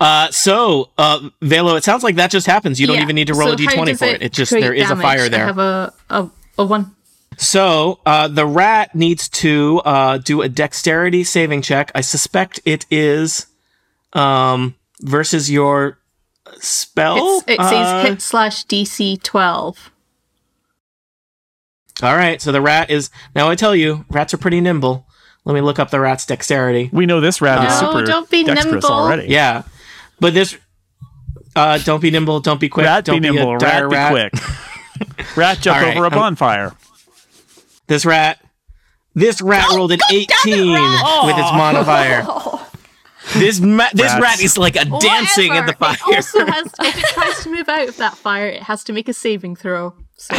Uh, so, uh, Velo, it sounds like that just happens. You don't yeah, even need to roll so a how d20 does for it. It just, create there is a damage? fire there. I have a, a, a one. So uh, the rat needs to uh, do a dexterity saving check. I suspect it is um, versus your spell. It's, it says Uh, hit slash DC 12. All right, so the rat is now. I tell you, rats are pretty nimble. Let me look up the rat's dexterity. we know this rat is No, super don't be dexterous nimble. already. Yeah, but this. Uh, don't be nimble. Don't be quick. rat be don't nimble, a dire rat be quick. rat jump All right, um, over a I'm- bonfire. This rat. This rat rolled an 18 with Oh. its modifier. This ma- this Rats. rat is like a dancing at the fire. It also has, if it tries to move out of that fire, it has to make a saving throw. So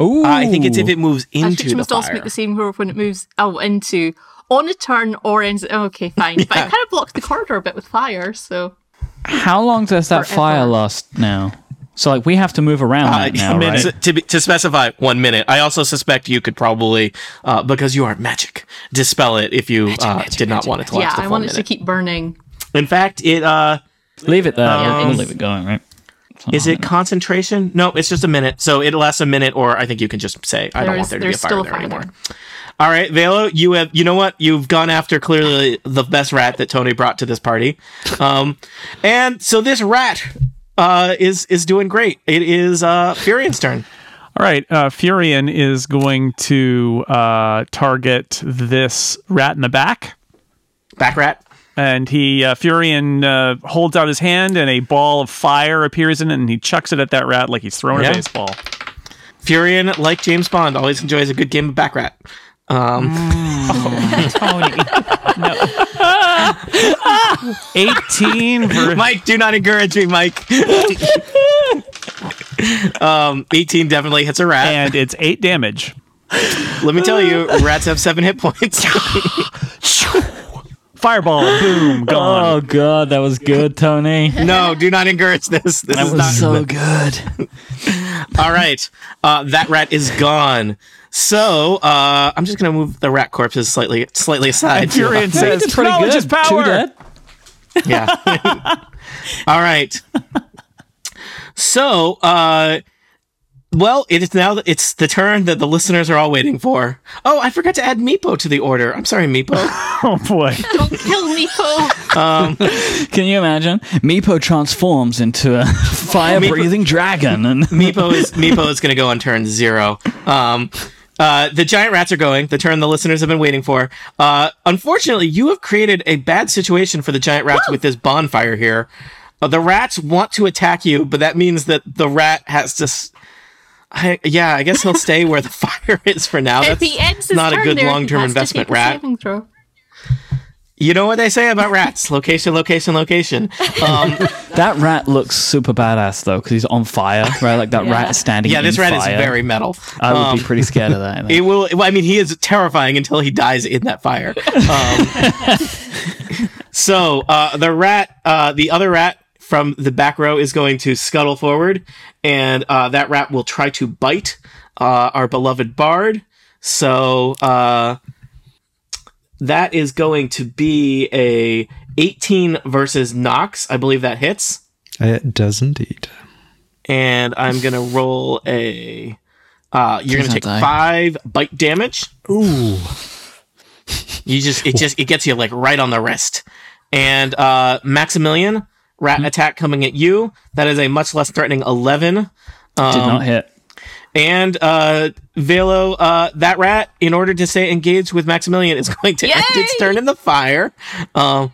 Ooh. Uh, I think it's if it moves I into think you the must also fire. make the saving throw when it moves oh, into. On a turn or ends. Okay, fine. But I kind of blocked the corridor a bit with fire, so. How long does that fire last now? So like we have to move around Uh, that now, minute. right? to, to, be- to specify one minute, I also suspect you could probably, uh, because you are magic, dispel it if you uh, did not want it to last yeah, the I full want it to minute. keep burning. In fact, it uh, Leave it there. Yeah, we'll it's- leave it going, right? It's not is a it Oh, minute. concentration? No, it's just a minute, so it lasts a minute, or I think you can just say I don't There want is- there to be a there's fire still a there fire anymore. there. All right, Velo, you have you know what you've gone after clearly the best rat that Tony brought to this party, um, and so this rat uh, is is doing great. It is uh, Furion's turn. All right, uh, Furion is going to uh, target this rat in the back, Back rat. and he uh, Furion uh, holds out his hand, and a ball of fire appears in it, and he chucks it at that rat like he's throwing Yeah. a baseball. Furion, like James Bond, always enjoys a good game of Backrat. Tony. Eighteen. ver- Mike, do not encourage me, Mike. um, 18 definitely hits a rat. and it's eight damage. Let me tell you, rats have seven hit points. Fireball, boom, gone. Oh god, that was good, Tony. no, do not encourage this. This that is was not. so good. All right. Uh, that rat is gone. So uh, I'm just gonna move the rat corpses slightly slightly aside. to allow- Fury says, It's pretty "Knowledge good. is Two power." dead. Yeah. All right. So, uh, well, it is now. It's the turn that the listeners are all waiting for. Oh, I forgot to add Meepo to the order. I'm sorry, Meepo. Oh boy. Don't kill me, Poe. Can you imagine? Meepo transforms into a fire-breathing dragon, and Meepo is Meepo is going to go on turn zero. Um, uh, the giant rats are going. The turn the listeners have been waiting for. Uh, unfortunately, you have created a bad situation for the giant rats with this bonfire here. Uh, the rats want to attack you, but that means that the rat has to. s I yeah, I guess he'll stay where the fire is for now. If Oh, That's he ends his not a turn good there, he long-term has to investment, take a rat. saving throw. You know what they say about rats: location, location, location. Um, that rat looks super badass though, because he's on fire, right? Like that rat is standing. yeah, this in rat is fire. Uh, very metal. I would Um, be pretty scared of that. I think. It will. well, I mean, he is terrifying until he dies in that fire. Um, so uh, the rat, uh, the other rat from the back row, is going to scuttle forward, and uh, that rat will try to bite uh, our beloved bard. So uh, that is going to be a 18 versus Knox. I believe that hits It does indeed. and I'm gonna roll a. Uh, you're gonna Please take don't die. five bite damage. Ooh. You just it just it gets you like right on the wrist, and uh, Maximilian rat attack coming at you. That is a much less threatening eleven. Did Um, not hit. And uh, Velo, uh, that rat, in order to stay engaged with Maximilian, is going to end its turn in the fire. Um,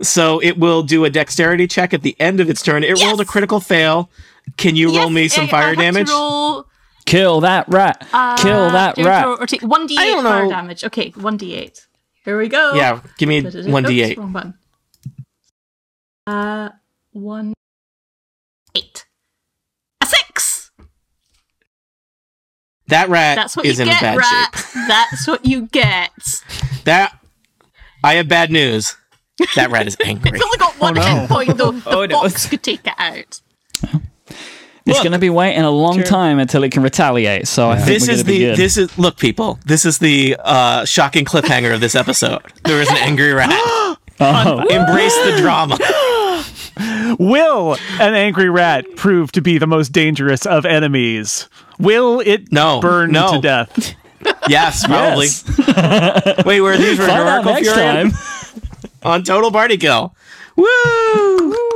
so it will do a dexterity check at the end of its turn. It rolled a critical fail. Can you roll Yes, me some I- I fire have to damage? roll, Kill that rat. Kill uh, that damage rat. roll Or take one d8 I don't fire know. damage. Okay, one d8. Here we go. Yeah, give me Oops, one d eight. wrong button. Uh, one eight. A six. That rat That's what is you in get, a bad rat. shape. That's what you get. It's That I have bad news. That rat is angry. only got Oh, one hit point though. The Oh, no. box could take it out. It's going to be waiting a long time until it can retaliate. So I think this we're is gonna be the good. this is look people. This is the uh, shocking cliffhanger of this episode. There is an angry rat. Oh, Embrace the drama. Will an angry rat prove to be the most dangerous of enemies? Will it No, burn no. to death? Yes, probably. yes. Wait, were these Find out Rhetorical next Fury time. on Total Party Kill? Woo!